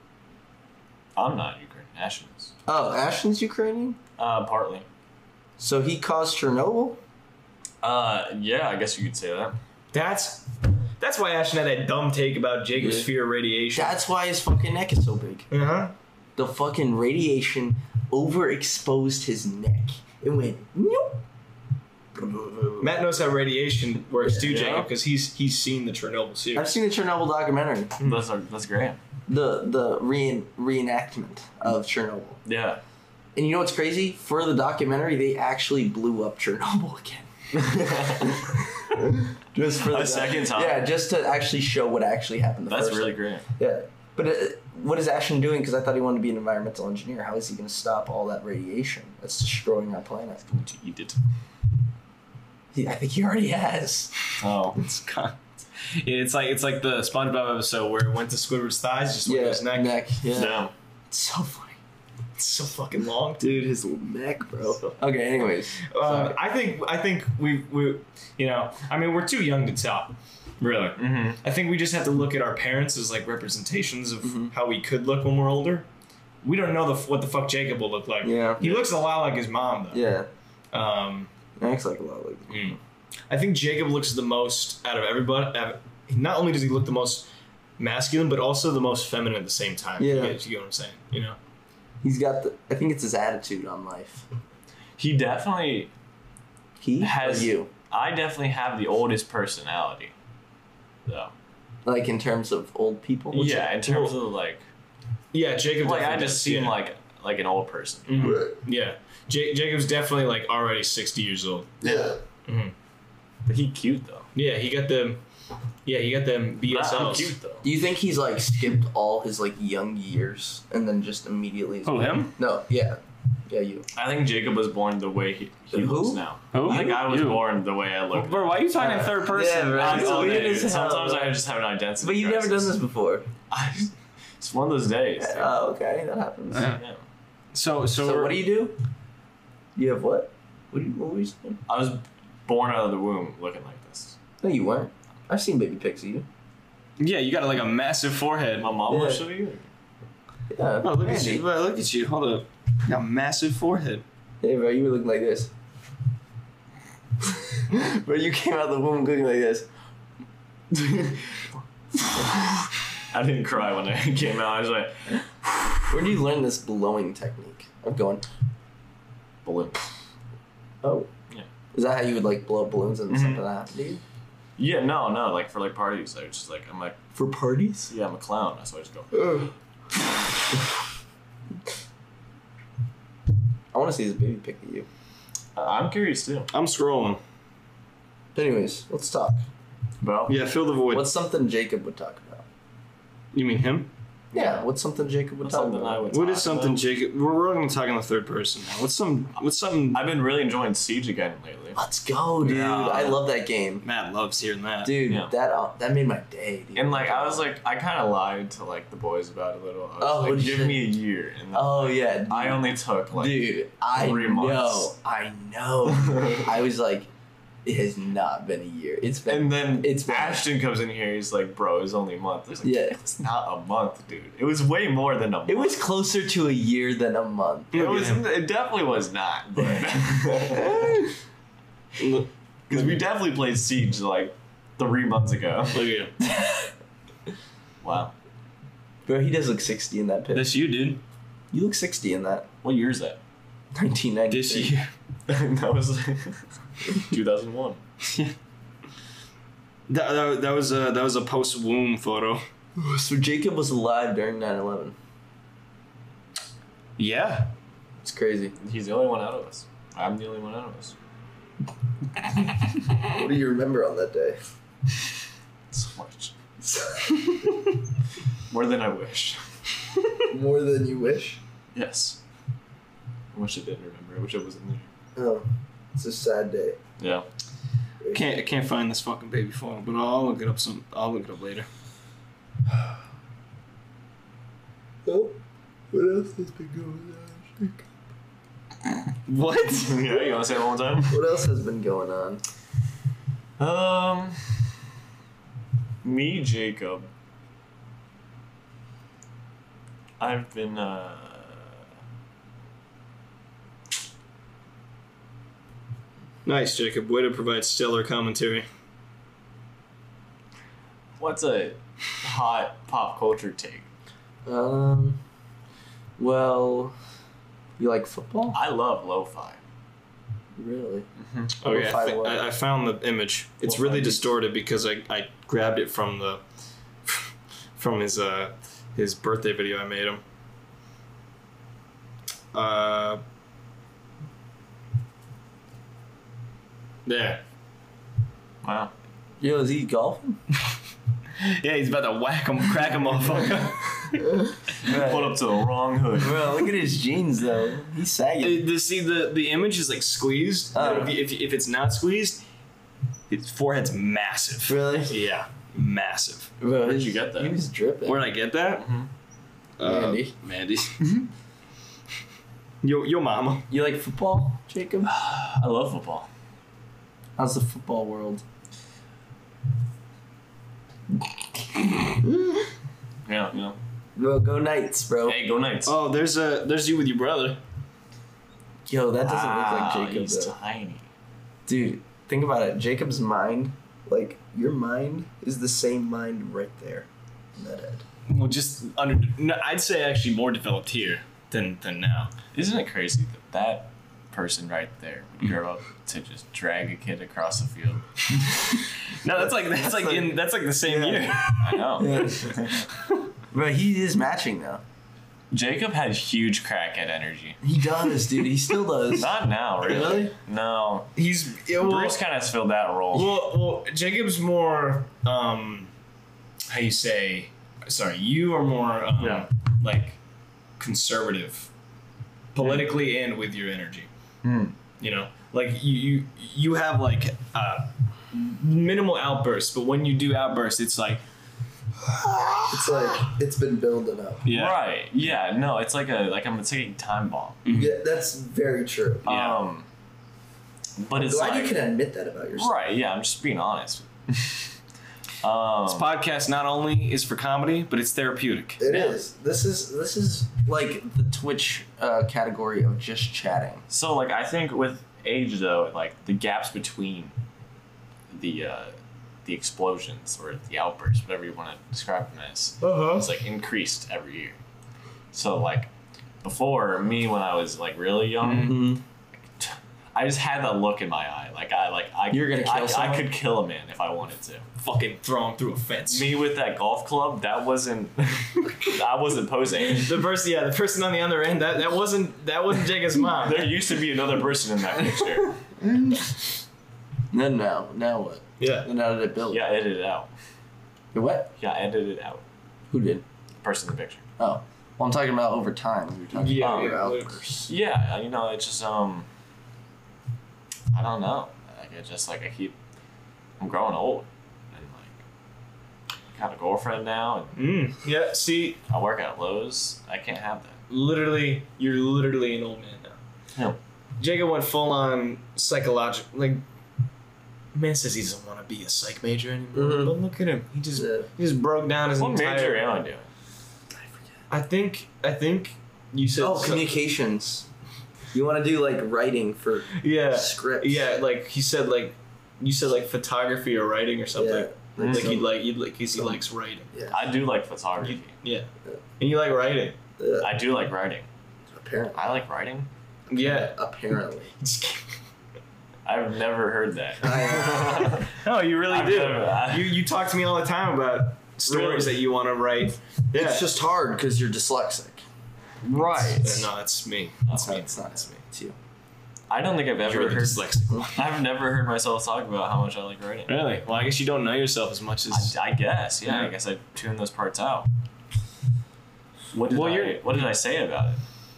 I'm not Ukrainian nationals. Oh, Ashton's Ukrainian? Uh partly. So he caused Chernobyl? Uh yeah, I guess you could say that. that's that's why Ashton had that dumb take about Jacob's Yeah. fear of radiation. That's why his fucking neck is so big. uh huh. The fucking radiation overexposed his neck. It went, nope. Matt knows how radiation works too, Yeah. Jacob, because he's he's seen the Chernobyl series. I've seen the Chernobyl documentary. Hmm. uh, That's that's great. The the re- reenactment of Chernobyl. Yeah. And you know what's crazy? For the documentary, they actually blew up Chernobyl again. just for A the- second time. Yeah, just to actually show what actually happened. The That's first really time. great. Yeah. But uh, what is Ashton doing? Because I thought he wanted to be an environmental engineer. How is he going to stop all that radiation that's destroying our planet? To eat it. He, I think he already has. Oh. It's kind. It's like it's like the SpongeBob episode where it went to Squidward's thighs, just went to his neck. Yeah. No. It's so funny. It's so fucking long. Dude, his neck, bro. Okay, anyways. Um, Sorry. I think I think we we you know I mean we're too young to tell. Really, Mm-hmm. I think we just have to look at our parents as like representations of Mm-hmm. how we could look when we're older. We don't know the f- what the fuck Jacob will look like. Yeah. he looks a lot like his mom though. Yeah. Um, Acts like a lot like mm. I think Jacob looks the most out of everybody. out of- Not only does he look the most masculine, but also the most feminine at the same time. Yeah. you get, you get what I'm saying. You know, He's got the. I think it's his attitude on life. He definitely. He Has- or you, I definitely have the oldest personality, though. like in terms of old people. yeah, in terms of like, yeah, Jacob. like I definitely just does, seem yeah. like like an old person. Mhm. yeah. Ja- Jacob's definitely like already 60 years old. yeah. But he cute though. Yeah, he got them. Yeah, he got them BSLs. I'm cute though. Do you think he's like skipped all his like young years and then just immediately? is- Who him? No. Yeah. Yeah, you. I think Jacob was born the way he, he Who? looks now. Who? I think I was You. born the way I look. Bro, why are you talking in third person? yeah, I'm It's all weird negative. as hell, Sometimes bro. I just have an identity. But you've never done crisis. this before. I, it's one of those days. dude. Oh, okay, that happens. Yeah. Yeah. So, so, So, we're- what do you do? You have what? What do you what were you saying? I was born out of the womb looking like this. No, you weren't. I've seen baby pics of you. Yeah, you got like a massive forehead. My mom Yeah. looks like you. Yeah. Oh, look at Andy. you! bro, Look at you! Hold up, you got a massive forehead. Hey, bro, you were looking like this. bro, you came out of the womb looking like this. I didn't cry when I came out. I was like, Where do you learn this blowing technique of going? balloon. Oh, Yeah. Is that how you would like blow up balloons and Mm-hmm. something like that? Dude? Yeah, no, no. Like for like parties, I was just like, I'm like, For parties? yeah, I'm a clown. That's why I just go. I want to see this baby pic of you. Uh, I'm curious too. I'm scrolling. Anyways, let's talk. Well, Yeah, fill the void. What's something Jacob would talk about? you mean him? Yeah, what's something Jacob would that's talk something about? I would. What talk is something, about. Jacob? We're, we're going to talk in the third person now. What's some? What's something? I've been really enjoying Siege again lately. Let's go, dude. Yeah. I love that game. Matt loves hearing that. Dude, Yeah. that uh, that made my day, dude. And like I was like I kind of lied to like the boys about it a little. I was Oh, like, what'd you give say? me a year, and Oh yeah. Dude. I only took like dude, I three know. months. I know. I was like, it has not been a year. It's been And then It's it's bad. Ashton comes in here. He's like, "Bro, it's only a month." I was like, Yeah. it's not a month, dude. It was way more than a month. it was closer to a year than a month. It was. It definitely was not. Because Look, we definitely played Siege like three months ago. look at you. Wow. Bro, he does look 60 in that picture. This you, dude. You look 60 in that. What year is that? 1990. This year. that was 2001. That, that, that was a that was a post womb photo. So Jacob was alive during 9 11. Yeah. It's crazy. He's the only one out of us. I'm the only one out of us. What do you remember on that day? So much. More than I wish. More than you wish. Yes. I wish I didn't remember. I wish I wasn't there. Oh, it's a sad day. Yeah. Can't I can't find this fucking baby photo, but I'll look it up some. I'll look it up later. Oh, what else has been going on? What? yeah. You want to say it one more time? What else has been going on? Um, me, Jacob. I've been uh, nice, Jacob. Way to provide stellar commentary. what's a hot pop culture take? Um, well, you like football? I love lo-fi. Really? Okay, I, find thi- what? I, I found the image. It's We'll really find it. distorted because I, I grabbed it from the from his uh his birthday video I made him. Uh, there. Wow. Yo, is he golfing? Yeah, he's about to whack him, crack him, motherfucker. Pulled up to the wrong hood. Bro, look at his jeans though. He's sagging. Uh, The, the- see the the image is like squeezed. Oh. if, you- if, you- if it's not squeezed, his forehead's massive. Really? Yeah, massive. Bro, Where'd his- you get that? He was dripping. Where did I get that? Uh, Mandy. Mandy. yo, yo, mama. You like football, Jacob? I love football. How's the football world? Yeah, you know. Bro, go Knights, bro. Hey, go Knights. Oh, there's a there's you with your brother. Yo, that doesn't look Wow, like Jacob He's though. tiny. Dude, Think about it. Jacob's mind, like your mind, is the same mind right there in that head. Well, just under. No, I'd say actually more developed here than than now. Isn't it crazy that that person right there would grow up to just drag a kid across the field? No, that's like that's, like, in that's like the same year. I know. bro, he is matching though. Jacob had huge crackhead energy. He does, dude. He still does. Not now, really. Really? No. He's yeah, well, Bruce kind of filled that role. well, well, Jacob's more um, how you say? Sorry, you are more um, Yeah. like conservative, politically and with your energy. Hmm. You know, like you you you have like uh, minimal outbursts, but when you do outbursts, it's like It's like it's been building up. yeah, Right. Yeah. No, it's like a like I'm a ticking time bomb. Mm-hmm. Yeah, that's very true. Yeah. Um, but it's Glad like you can admit that about yourself. right. Yeah, I'm just being honest. um, Podcast not only is for comedy, but it's therapeutic. It is. Yeah. This is this is Like the Twitch uh, category of just chatting. so like I think with age though, like the gaps between the uh, the explosions or the outbursts, whatever you want to describe them as, it's like increased every year. So like before me when I was like really young, Mm-hmm. I just had that look in my eye. Like I like I You're gonna I, kill I someone? could kill a man if I wanted to. fucking throw him through a fence. Me with that golf club, that wasn't I wasn't posing. The person, yeah, the person on the other end that, that wasn't that wasn't Jacob's mom. There used to be another person in that picture. No, no. Now what? yeah, Then how did it build? Yeah, edit it out. The What? Yeah, edit it out. Who did? Person in the picture. Oh. Well, I'm talking about over time. We were talking yeah, about yeah, over like- outbursts. Yeah, you know, it's just um I don't know. Like it's just like I keep I'm growing old. And like got a girlfriend now and Mm, yeah. See, I work at Lowe's. I can't have that. literally, you're literally an old man now. No. Jacob went full on psychological. Like, man says he doesn't want to be a psych major anymore. Mhm. But look at him. He just Yeah. he just broke down his What entire. major am I doing? I think I think you said. oh so- communications. You want to do like writing for yeah. scripts. Yeah, like he said, like you said, like photography or writing or something. Yeah. Mm-hmm. Like some- he like he like 'cause he some- likes writing. Yeah. I do like photography. Yeah. Yeah. And you like writing. yeah. I do like writing. Apparently. I like writing. Yeah. Apparently. I've never heard that. I- No, you really I've do. never- I- you you talk to me all the time about stories Really? that you want to write. Yeah. It's just hard because you're dyslexic. Right. no, that's me. That's me. It's not me. It's you. I don't think I've ever You're the heard. dyslexic one. I've never heard myself talk about how much I like writing. Really? Well, I guess you don't know yourself as much as. I, I guess, yeah, I Yeah. guess I tuned those parts out. What did Well, I? you're- what did I say about it?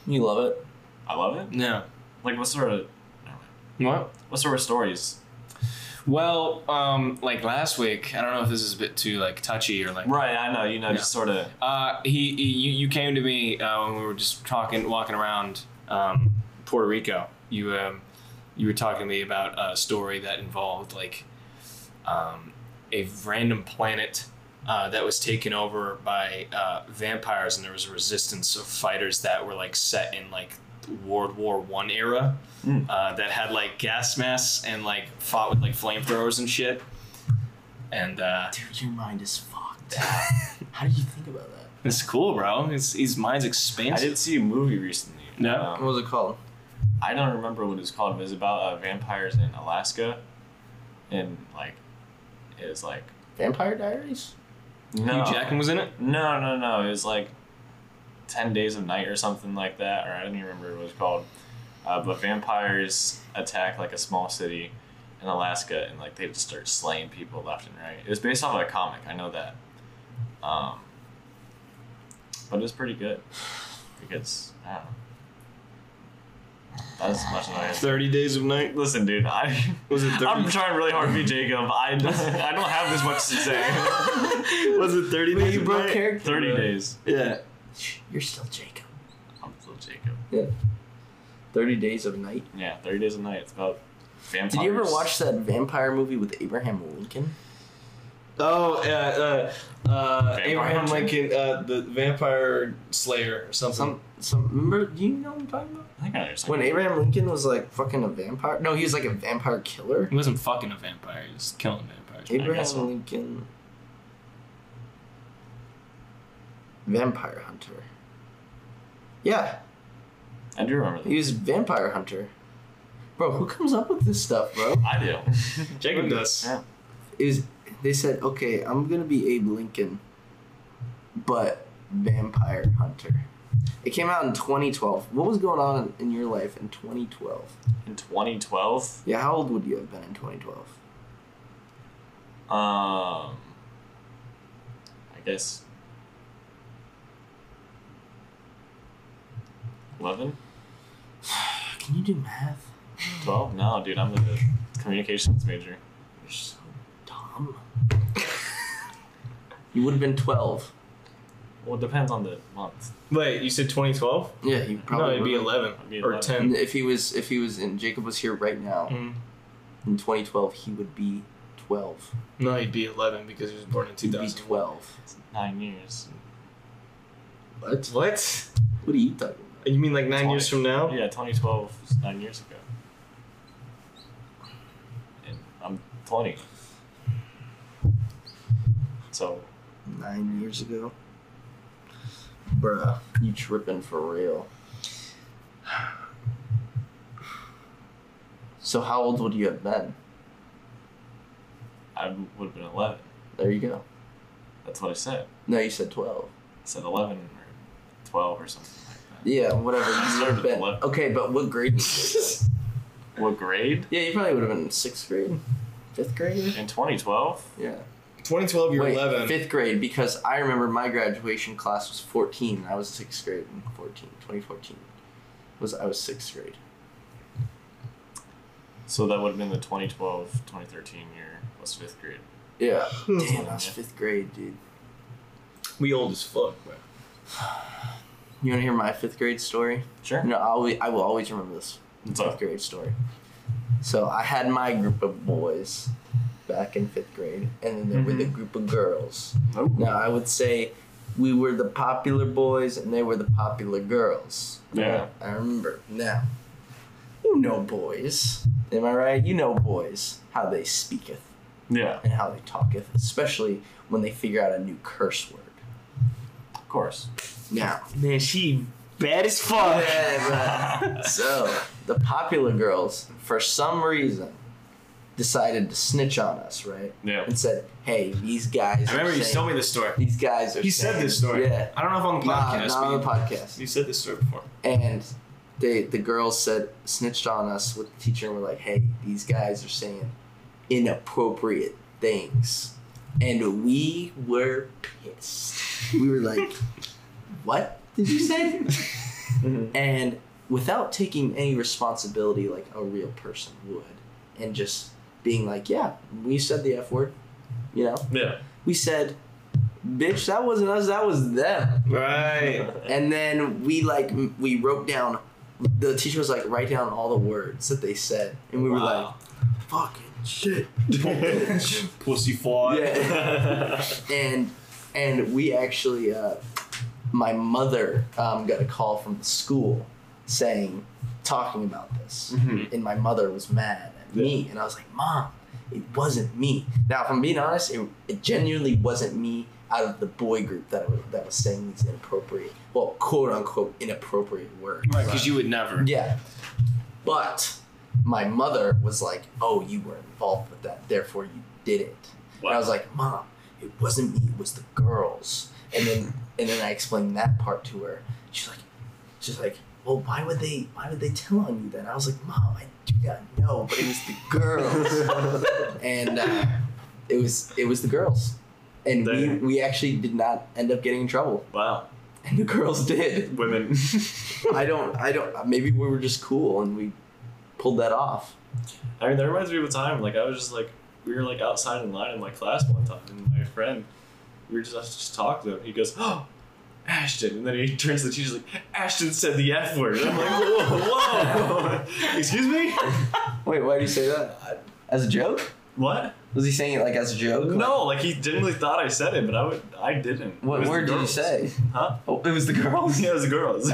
You love it. I love it. No. Like what sort of What? what sort of stories? Well, um, like last week, I don't know if this is a bit too like touchy or like. Right, I know. You know, just sort of. Uh, he, he you, you came to me uh, when we were just talking, walking around um, Puerto Rico. You, um, you were talking to me about a story that involved like um, a random planet uh, that was taken over by uh, vampires, and there was a resistance of fighters that were like set in like World War One era Mm. uh, that had like gas masks and like fought with like flamethrowers and shit. And uh, Dude, your mind is fucked. how did you think about that? it's cool, bro. His, his mind's I expansive. did see a movie recently. No? Um, What was it called? I don't remember what it was called. But it was about uh, vampires in Alaska, and like, it was like Vampire Diaries? no, Hugh Jackman was in it. no, no, no. It was like Ten Days of Night or something like that, or I don't even remember what it was called. Uh, but vampires attack like a small city in Alaska, and like they just start slaying people left and right. It was based off of a comic, I know that. Um, but it was pretty good because I don't know. That's as much as I Thirty Days of Night. Listen, dude, I Was it 30, I'm trying really hard to be Jacob. I, I don't have this much to say. Was it Thirty Days of Night? character. 30 days. Yeah. You're still Jacob. I'm still Jacob. Thirty Days of Night. Yeah, 30 days a night. It's about vampires. Did you ever watch that vampire movie with Abraham Lincoln? Oh, uh, uh, uh, Abraham Hunter. Lincoln, uh, the Vampire Slayer or something. Some, some. Remember? Do you know what I'm talking about? I think I understand. When Abraham Lincoln was like fucking a vampire? No, he was like a vampire killer. He wasn't fucking a vampire. He was killing vampires. Abraham so. Lincoln. Vampire hunter. Yeah, I do remember he that. was vampire hunter. Bro, who comes up with this stuff, bro? I do. Jacob does. Yeah. It was. They said, okay, I'm gonna be Abe Lincoln, but vampire hunter. It came out in 2012. What was going on in your life in 2012? In 2012, Yeah, how old would you have been in 2012? um, I guess 11, Can you do math? 12? No, dude, I'm the communications major. You're so dumb. you would have been 12. Well, it depends on the month. Wait, you said 2012? Yeah, you No, probably it'd be would've- 11 It'd be or 11. 10. If he was, if he was, and Jacob was here right now Mm. in 2012, he would be 12. No, he'd be 11 because he was born in He'd be 2000. 12. Nine years. What? What? What are you talking about? You mean like nine 20. years from now? Yeah, 2012 was nine years ago. And I'm 20. So, Nine years ago. Bruh, you tripping for real? So how old would you have been? I would have been 11. There you go. That's what I said. No, you said 12. I said 11 or 12 or something like Yeah, whatever. You would have been. Eleven. Okay, but what grade? Would you have that. been? What grade? yeah, you probably would have been in sixth grade, fifth grade. In 2012? Yeah. 2012, you're Wait, 11. fifth grade because I remember my graduation class was 14. and I was sixth grade in 14, 2014. Was I was sixth grade? So that would have been the 2012 2013 year, was fifth grade. Yeah. Damn, Yeah. I was fifth grade, dude. We old as fuck, bro. You want to hear my fifth grade story? Sure. No, I will, I will always remember this It's fifth a grade story. So I had my group of boys back in fifth grade, and then there were Mm-hmm. the group of girls. Oh. Now I would say we were the popular boys, and they were the popular girls. Yeah. I remember now. You know boys, am I right? You know boys how they speaketh Yeah, and how they talketh, especially when they figure out a new curse word. of course. Now, Man, she bad as fuck. Yeah, bro. so the popular girls, for some reason, decided to snitch on us, right? Yeah. And said, "Hey, these guys." I remember are you saying- told me this story. These guys are. You said saying- this story. Yeah. I don't know if on the Nah, podcast. not on the but podcast. you said this story before. And they, the girls said snitched on us with the teacher and were like, "Hey, these guys are saying inappropriate things," and we were pissed. We were like, "What did you say?" and without taking any responsibility like a real person would, and just being like, "Yeah, we said the f word," you know, Yeah. we said, "Bitch, that wasn't us. That was them." Right. And then we like m- we wrote down. The teacher was like, write down all the words that they said, and we were Wow. like, fucking shit. Pussy fought. Yeah. and and we actually, uh, my mother um, got a call from the school saying, talking about this, and my mother was mad at me, and I was like, mom, it wasn't me. Now, if I'm being honest, it, it genuinely wasn't me out of the boy group that was, that was saying these inappropriate, well, quote unquote inappropriate words. Because you would never. Yeah. But my mother was like, oh, you were involved with that, therefore you did it. And I was like, Mom, it wasn't me, it was the girls. And then and then I explained that part to her. She's like, she's like, well, why would they, why would they tell on you then? I was like, mom, I do not know, but it was the girls, and uh, it was it was the girls, and we, They- we actually did not end up getting in trouble, Wow. and the girls did. Women. I don't. I don't. Maybe we were just cool and we pulled that off. I mean, that reminds me of a time, like, I was just, like, we were, like, outside in line in my class one time, and my friend, we were just, I was just talking to him. He goes, oh, Ashton. And then he turns to the teacher, like, Ashton said the F word. And I'm like, whoa, whoa. Excuse me? Wait, why do you say that? As a joke? What? Was he saying it like as a joke? No, like, he genuinely thought I said it, but I, would, I didn't. It What was the word did you girls. say? Huh? Oh, it was the girls. Yeah, it was the girls.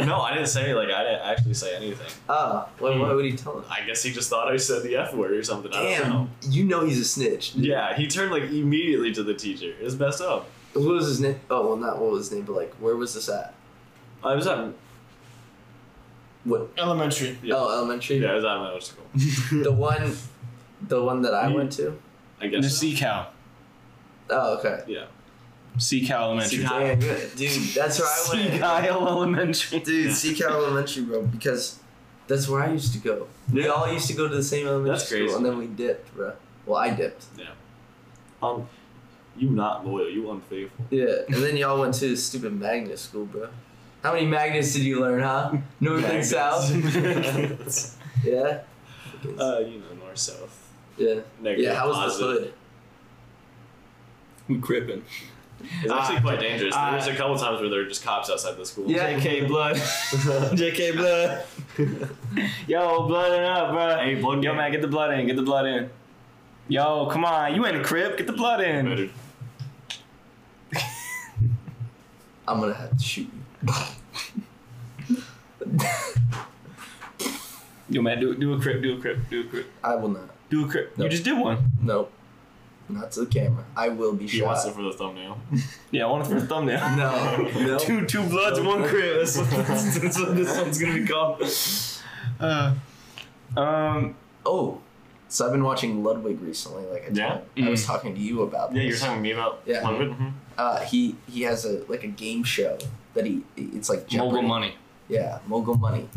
no, I didn't say, like, I didn't actually say anything. Oh, what, what would he tell him? I guess he just thought I said the F word or something. I don't know. Damn, you know he's a snitch. dude. Yeah, he turned like immediately to the teacher. It was messed up. What was his name? Oh, well, not what was his name, but like, where was this at? I was at What? Elementary. Yeah. Oh, elementary. yeah, I was at my old school. The one, the one that I You- went to. I The guess. so. Sea Cow. Oh, okay. Yeah. Sea Cow Elementary. Cow. Damn, good. dude, that's where I went. Cow Elementary. Dude, Seacow Elementary, bro, because that's where I used to go. We all used to go to the same elementary That's crazy. school, and then we dipped, bro. Well, I dipped. Um, you not loyal. You unfaithful. Yeah, and then y'all went to stupid magnet school, bro. How many magnets did you learn, huh? North and south. Magnets. Yeah, uh, you know, north south. yeah, Negative. yeah. How was the positive. hood? We crippin'. It's actually quite dangerous. Ah. there was a couple times where there were just cops outside the school. Yeah. JK Blood. JK Blood. Yo, blood it up, bro. Hey, blood Yo, gang. man, get the blood in. Get the blood in. Yo, come on. You in the crib. Get the blood in. Better- I'm gonna have to shoot you. Yo, man, do, do a crib. Do a crib. Do a crib. I will not. Do a crib. No. You just did one. Nope. Not to the camera. I will be He shot. wants it for the thumbnail. Yeah, one for the thumbnail. no, no. Two, two bloods, one crib. That's what, that's what this one's gonna be called. Uh, um, Oh, so I've been watching Ludwig recently. Like I, told- Yeah? I was talking to you about. Yeah, this. you were talking to me about Yeah. Ludwig. Mhm. uh, he he has a like a game show that he it's like Jeopardy. mogul money. Yeah, mogul money.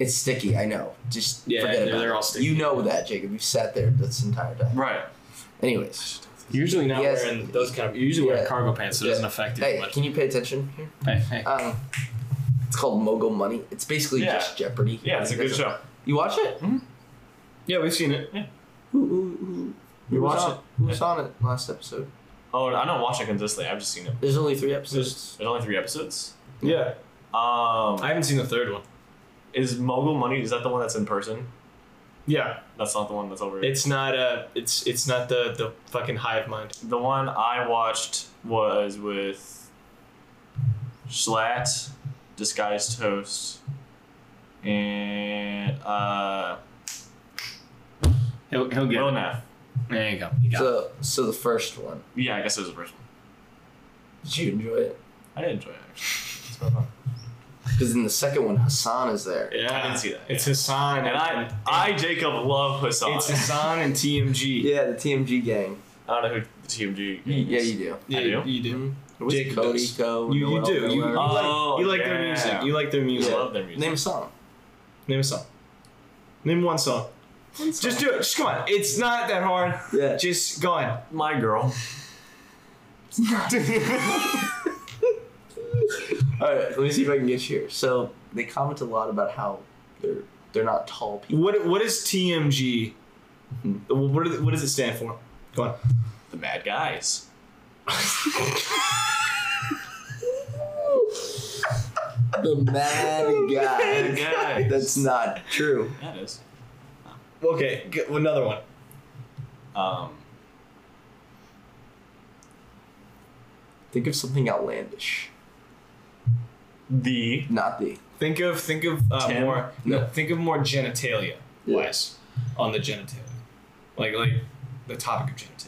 It's sticky, I know. Just Yeah, forget they're- about they're it. all sticky. You know that, Jacob. You've sat there this entire time. Mm-hmm. Right. Anyways, Usually not Yes. wearing those kind of. You're usually wearing Yeah. cargo pants, so it Yeah. doesn't affect you hey, much. can you pay attention here? Hey, hey. Um, it's called Mogul Money. It's basically Yeah. just Jeopardy. Yeah, it's a good show. Hmm? You watch it? Yeah, we've seen it. Who, who, who, We who was watched on- it. Who was on it last episode? Oh, I don't watch it consistently. I've just seen it. There's only three There's, episodes. there's only three episodes. Yeah, Um, I haven't seen the third one. is Mogul Money? Is that the one that's in person? Yeah, That's not the one that's over. it's not uh It's it's not the the fucking hive mind. the one I watched was with Schlatt, Disguised Host, and uh, He'll he'll Lil Neff. There you go. You got it. So, so the first one. Yeah, I guess it was the first one. Did you enjoy it? I did enjoy it actually. It's quite fun. Because in the second one, Hassan is there. Yeah, I didn't see that, It's yeah. Hassan And I, I Jacob love Hassan. It's Hassan and TMG. Yeah, the TMG gang. I don't know who the TMG. You- yeah, you do. Yeah, I you, do. you do. It was Jacob Mm-hmm. Cody, does. Co, You, you Noel, do. You, you Noel. Oh, like, you like their yeah. music. You like their music. love their music. Name a song. Name a song. Name one song. Just do it. Just come on. It's not that hard. Yeah. Just go on. My girl. All right, let me see if I can get you here. So they comment a lot about how they're they're not tall people. What What is TMG? What, do- what does it stand for? Go on. The Mad Guys. The Mad mad guy. Guys. That's not true. That is. Okay, g- another one. Um, Think of something outlandish. the Not the. Think of think of uh, Tim? more. No. No, think of more genitalia wise on the genitalia, like like the topic of genitalia.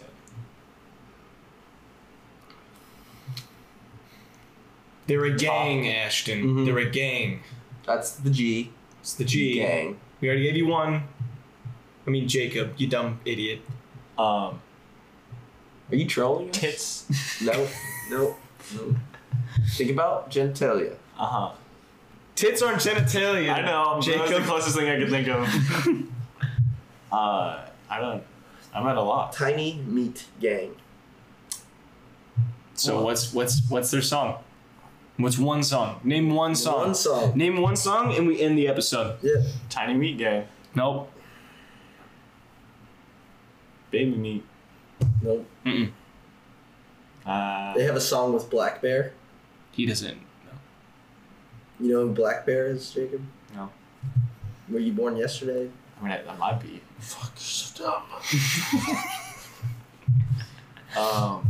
They're a gang, Ashton. Mhm. They're a gang. That's the G. It's the G. gang. We already gave you one. I mean, Jacob, you dumb idiot. um Are you trolling? us? tits. No. No. Think about genitalia. Uh huh. Tits aren't genitalia. I know. but That's the Jacob. closest thing I could think of. uh, I don't. I'm at a loss. Tiny meat gang. So what's what's what's their song? What's one song? Name one song. One song. Name one song and we end the episode. Yeah. Tiny meat gang. Nope. Baby meat. Nope. Mm-mm. Uh, They have a song with Black Bear. He doesn't. No. You know who Black Bear is, Jacob? No. Were you born yesterday? I mean, I, that might be. Fuck, stop. Um,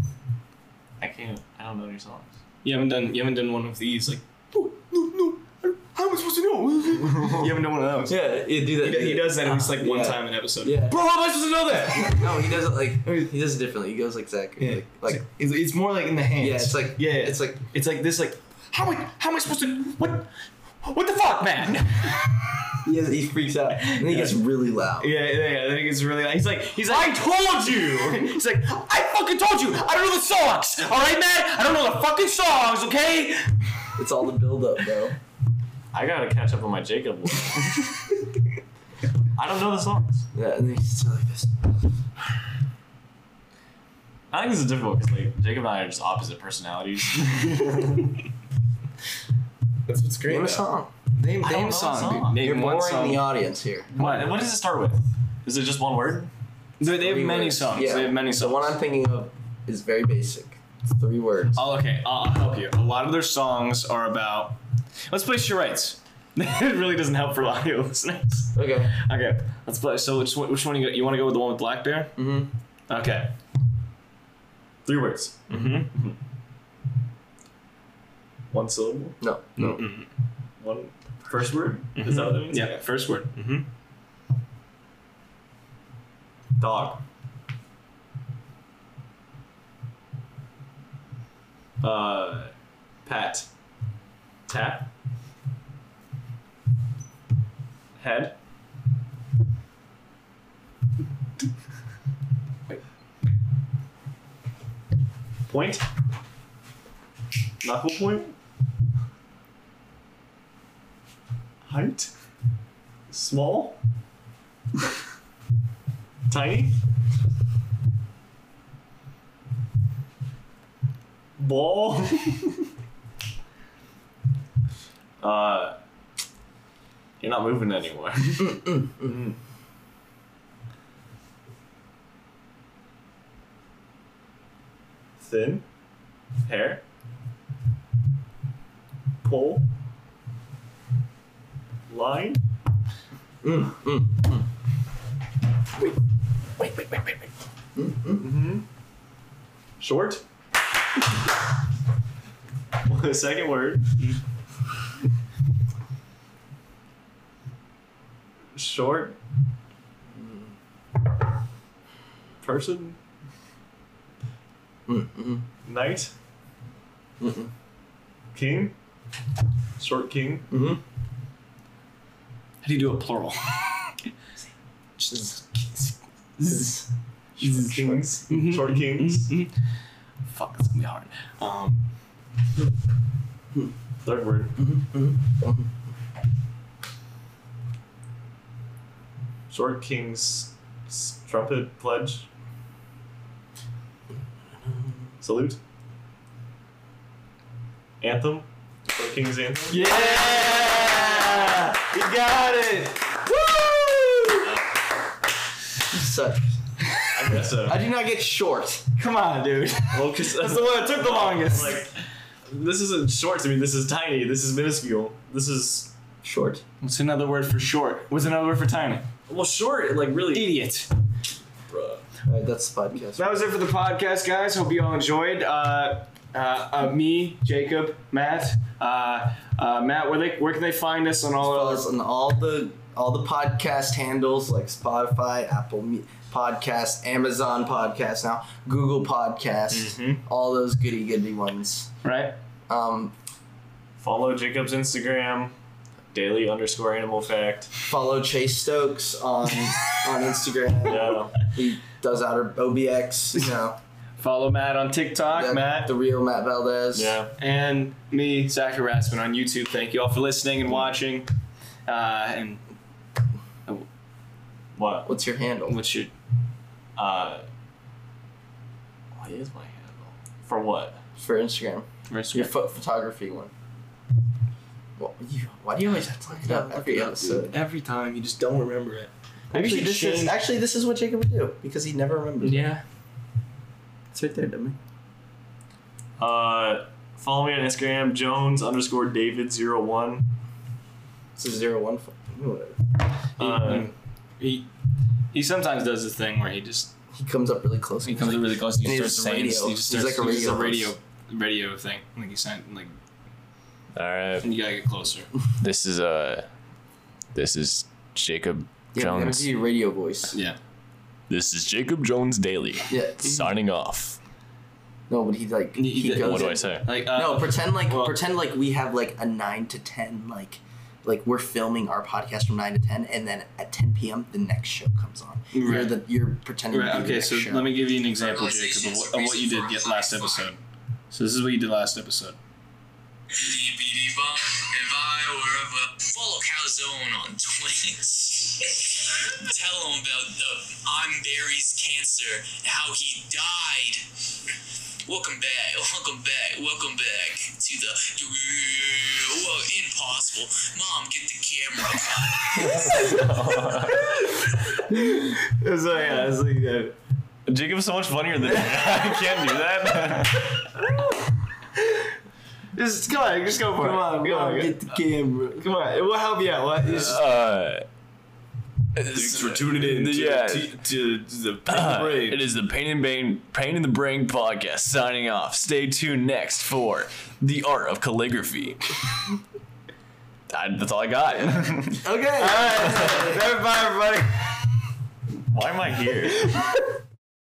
I can't. I don't know your songs. You haven't done. You haven't done one of these. Like, no, no, no. How am I supposed to know? you haven't done one of those. Yeah, yeah, do that. He, he does that at least like one Yeah. time an episode. Yeah. Bro, how am I supposed to know that? No, he does it like he does it differently. He goes like Zach. Like, like it's, it's more like in the hands. yeah, it's like yeah, it's like it's like this. Like, how am I? How am I supposed to? What? What the fuck, man? he, has, he freaks out and then he gets really loud. Yeah, yeah, yeah. I think it's really. He's like, he's like, I told you. He's like, I fucking told you. I don't know the songs. All right, man. I don't know the fucking songs. Okay. It's all the build up, bro. I gotta catch up on my Jacob. lore. I don't know the songs. Yeah, and then he's still like this. I think this is difficult because like Jacob and I are just opposite personalities. That's what's great. Name a though. song. Name, I don't know name the song. song. dude. Name You're one boring song. the audience here. what? What does it start with? Is it just one word? They, they have Three many words. songs. Yeah. They have many The songs. one I'm thinking of is very basic. It's three words. Oh, okay. I'll I'll help you. A lot of their songs are about. Let's play charades. it really doesn't help for audio listeners. Okay. Okay, let's play. So which one, which one you, go- you want to go with? The one with Black Bear? Mm-hmm. Okay. Three words. Mm-hmm. One syllable. No. No. One first word. Is that what that means? Yeah. First word. Mm-hmm. Dog. Uh, pat. Tap. Head. Wait. Point. Knuckle point. Height. Small. Tiny. Ball. uh, you're not moving anywhere. Thin. Hair. Pole. Line. Mm-hmm. Short. The second word. Short. Person. Knight. King. Short king. How do you do a plural? Short kings. Short kings. Fuck, it's gonna be hard. Um, Third word. Short King's s- trumpet pledge. Salute. Anthem. Short King's anthem. yeah, we got it. Woo! Suck. I guess so. I do not get short. Come on, dude. Well, 'cause That's the one that took the longest. like, this isn't short to me. This is tiny. This is minuscule. This is Short. What's another word for short? What's another word for tiny? well, short. Like really. Idiot. Bruh. All right, that's the podcast. That was it for the podcast, guys. Hope you all enjoyed. Uh, uh, uh, me, Jacob, Matt, uh, uh, Matt. Where they where can they find us on all Follow our us on all the all the podcast handles like Spotify, Apple Me- Podcast, Amazon Podcast now, Google Podcast, all those goody goody ones. right? Um, Follow Jacob's Instagram. Daily underscore animal fact. follow Chase Stokes on on Instagram. Yeah. He does outer OBX. You know, Follow Matt on TikTok, That- Matt. The real Matt Valdez. Yeah. and me, Zachary Raspin, on YouTube. Thank you all for listening and watching. Uh, and What? What's your handle? what's your Uh, what is my handle? For what? For Instagram. rest Your pho- photography one. Well, you, why do you always have to look it up every episode? Every time, you just don't remember it. Maybe Actually, you should this change. is, actually, this is what Jacob would do because he never remembers. yeah. It's right there, dummy. Uh, follow me on Instagram, Jones underscore David zero one. This is zero one. four- Whatever. Uh, mm, Mm-hmm. He he sometimes does this thing where he just He comes up really close. he comes really close and he And starts he's saying radio. he just He's starts like a he's just radio radio radio thing like he sent like All right. and you gotta get closer. This is uh this is Jacob Yeah, we gotta Jones. do your radio voice. Yeah. This is Jacob Jones Daily. Yeah. Signing off. No, but he like He- he he- goes. What do in- I say? Like uh, No, pretend like well- pretend like we have like a nine to ten like like we're filming our podcast from nine to ten, and then at ten p.m. the next show comes on. You're Right. the you're pretending. to Right, be the okay, next so show. let me give you an example, Jacob, of what, of what you did get last episode. So this is what you did last episode. BD Bum, if I were ever follow Calzone on Twins. Tell him about the I'm Barry's cancer, how he died. Welcome back, welcome back, welcome back to the well, impossible. Mom, get the camera. uh, So yeah, it's like that. Jacob's so much funnier than I can't do that. Just come on, just go for it. Come on, come on, get the camera. come on. It will help you out. What? It's just- Uh it's- tuning in Yeah. to, to the uh, parade. it is the Pain and Brain Pain in the Brain podcast signing off. Stay tuned next for The Art of Calligraphy. I, that's all I got. Okay. All right. Bye, everybody. Why am I here?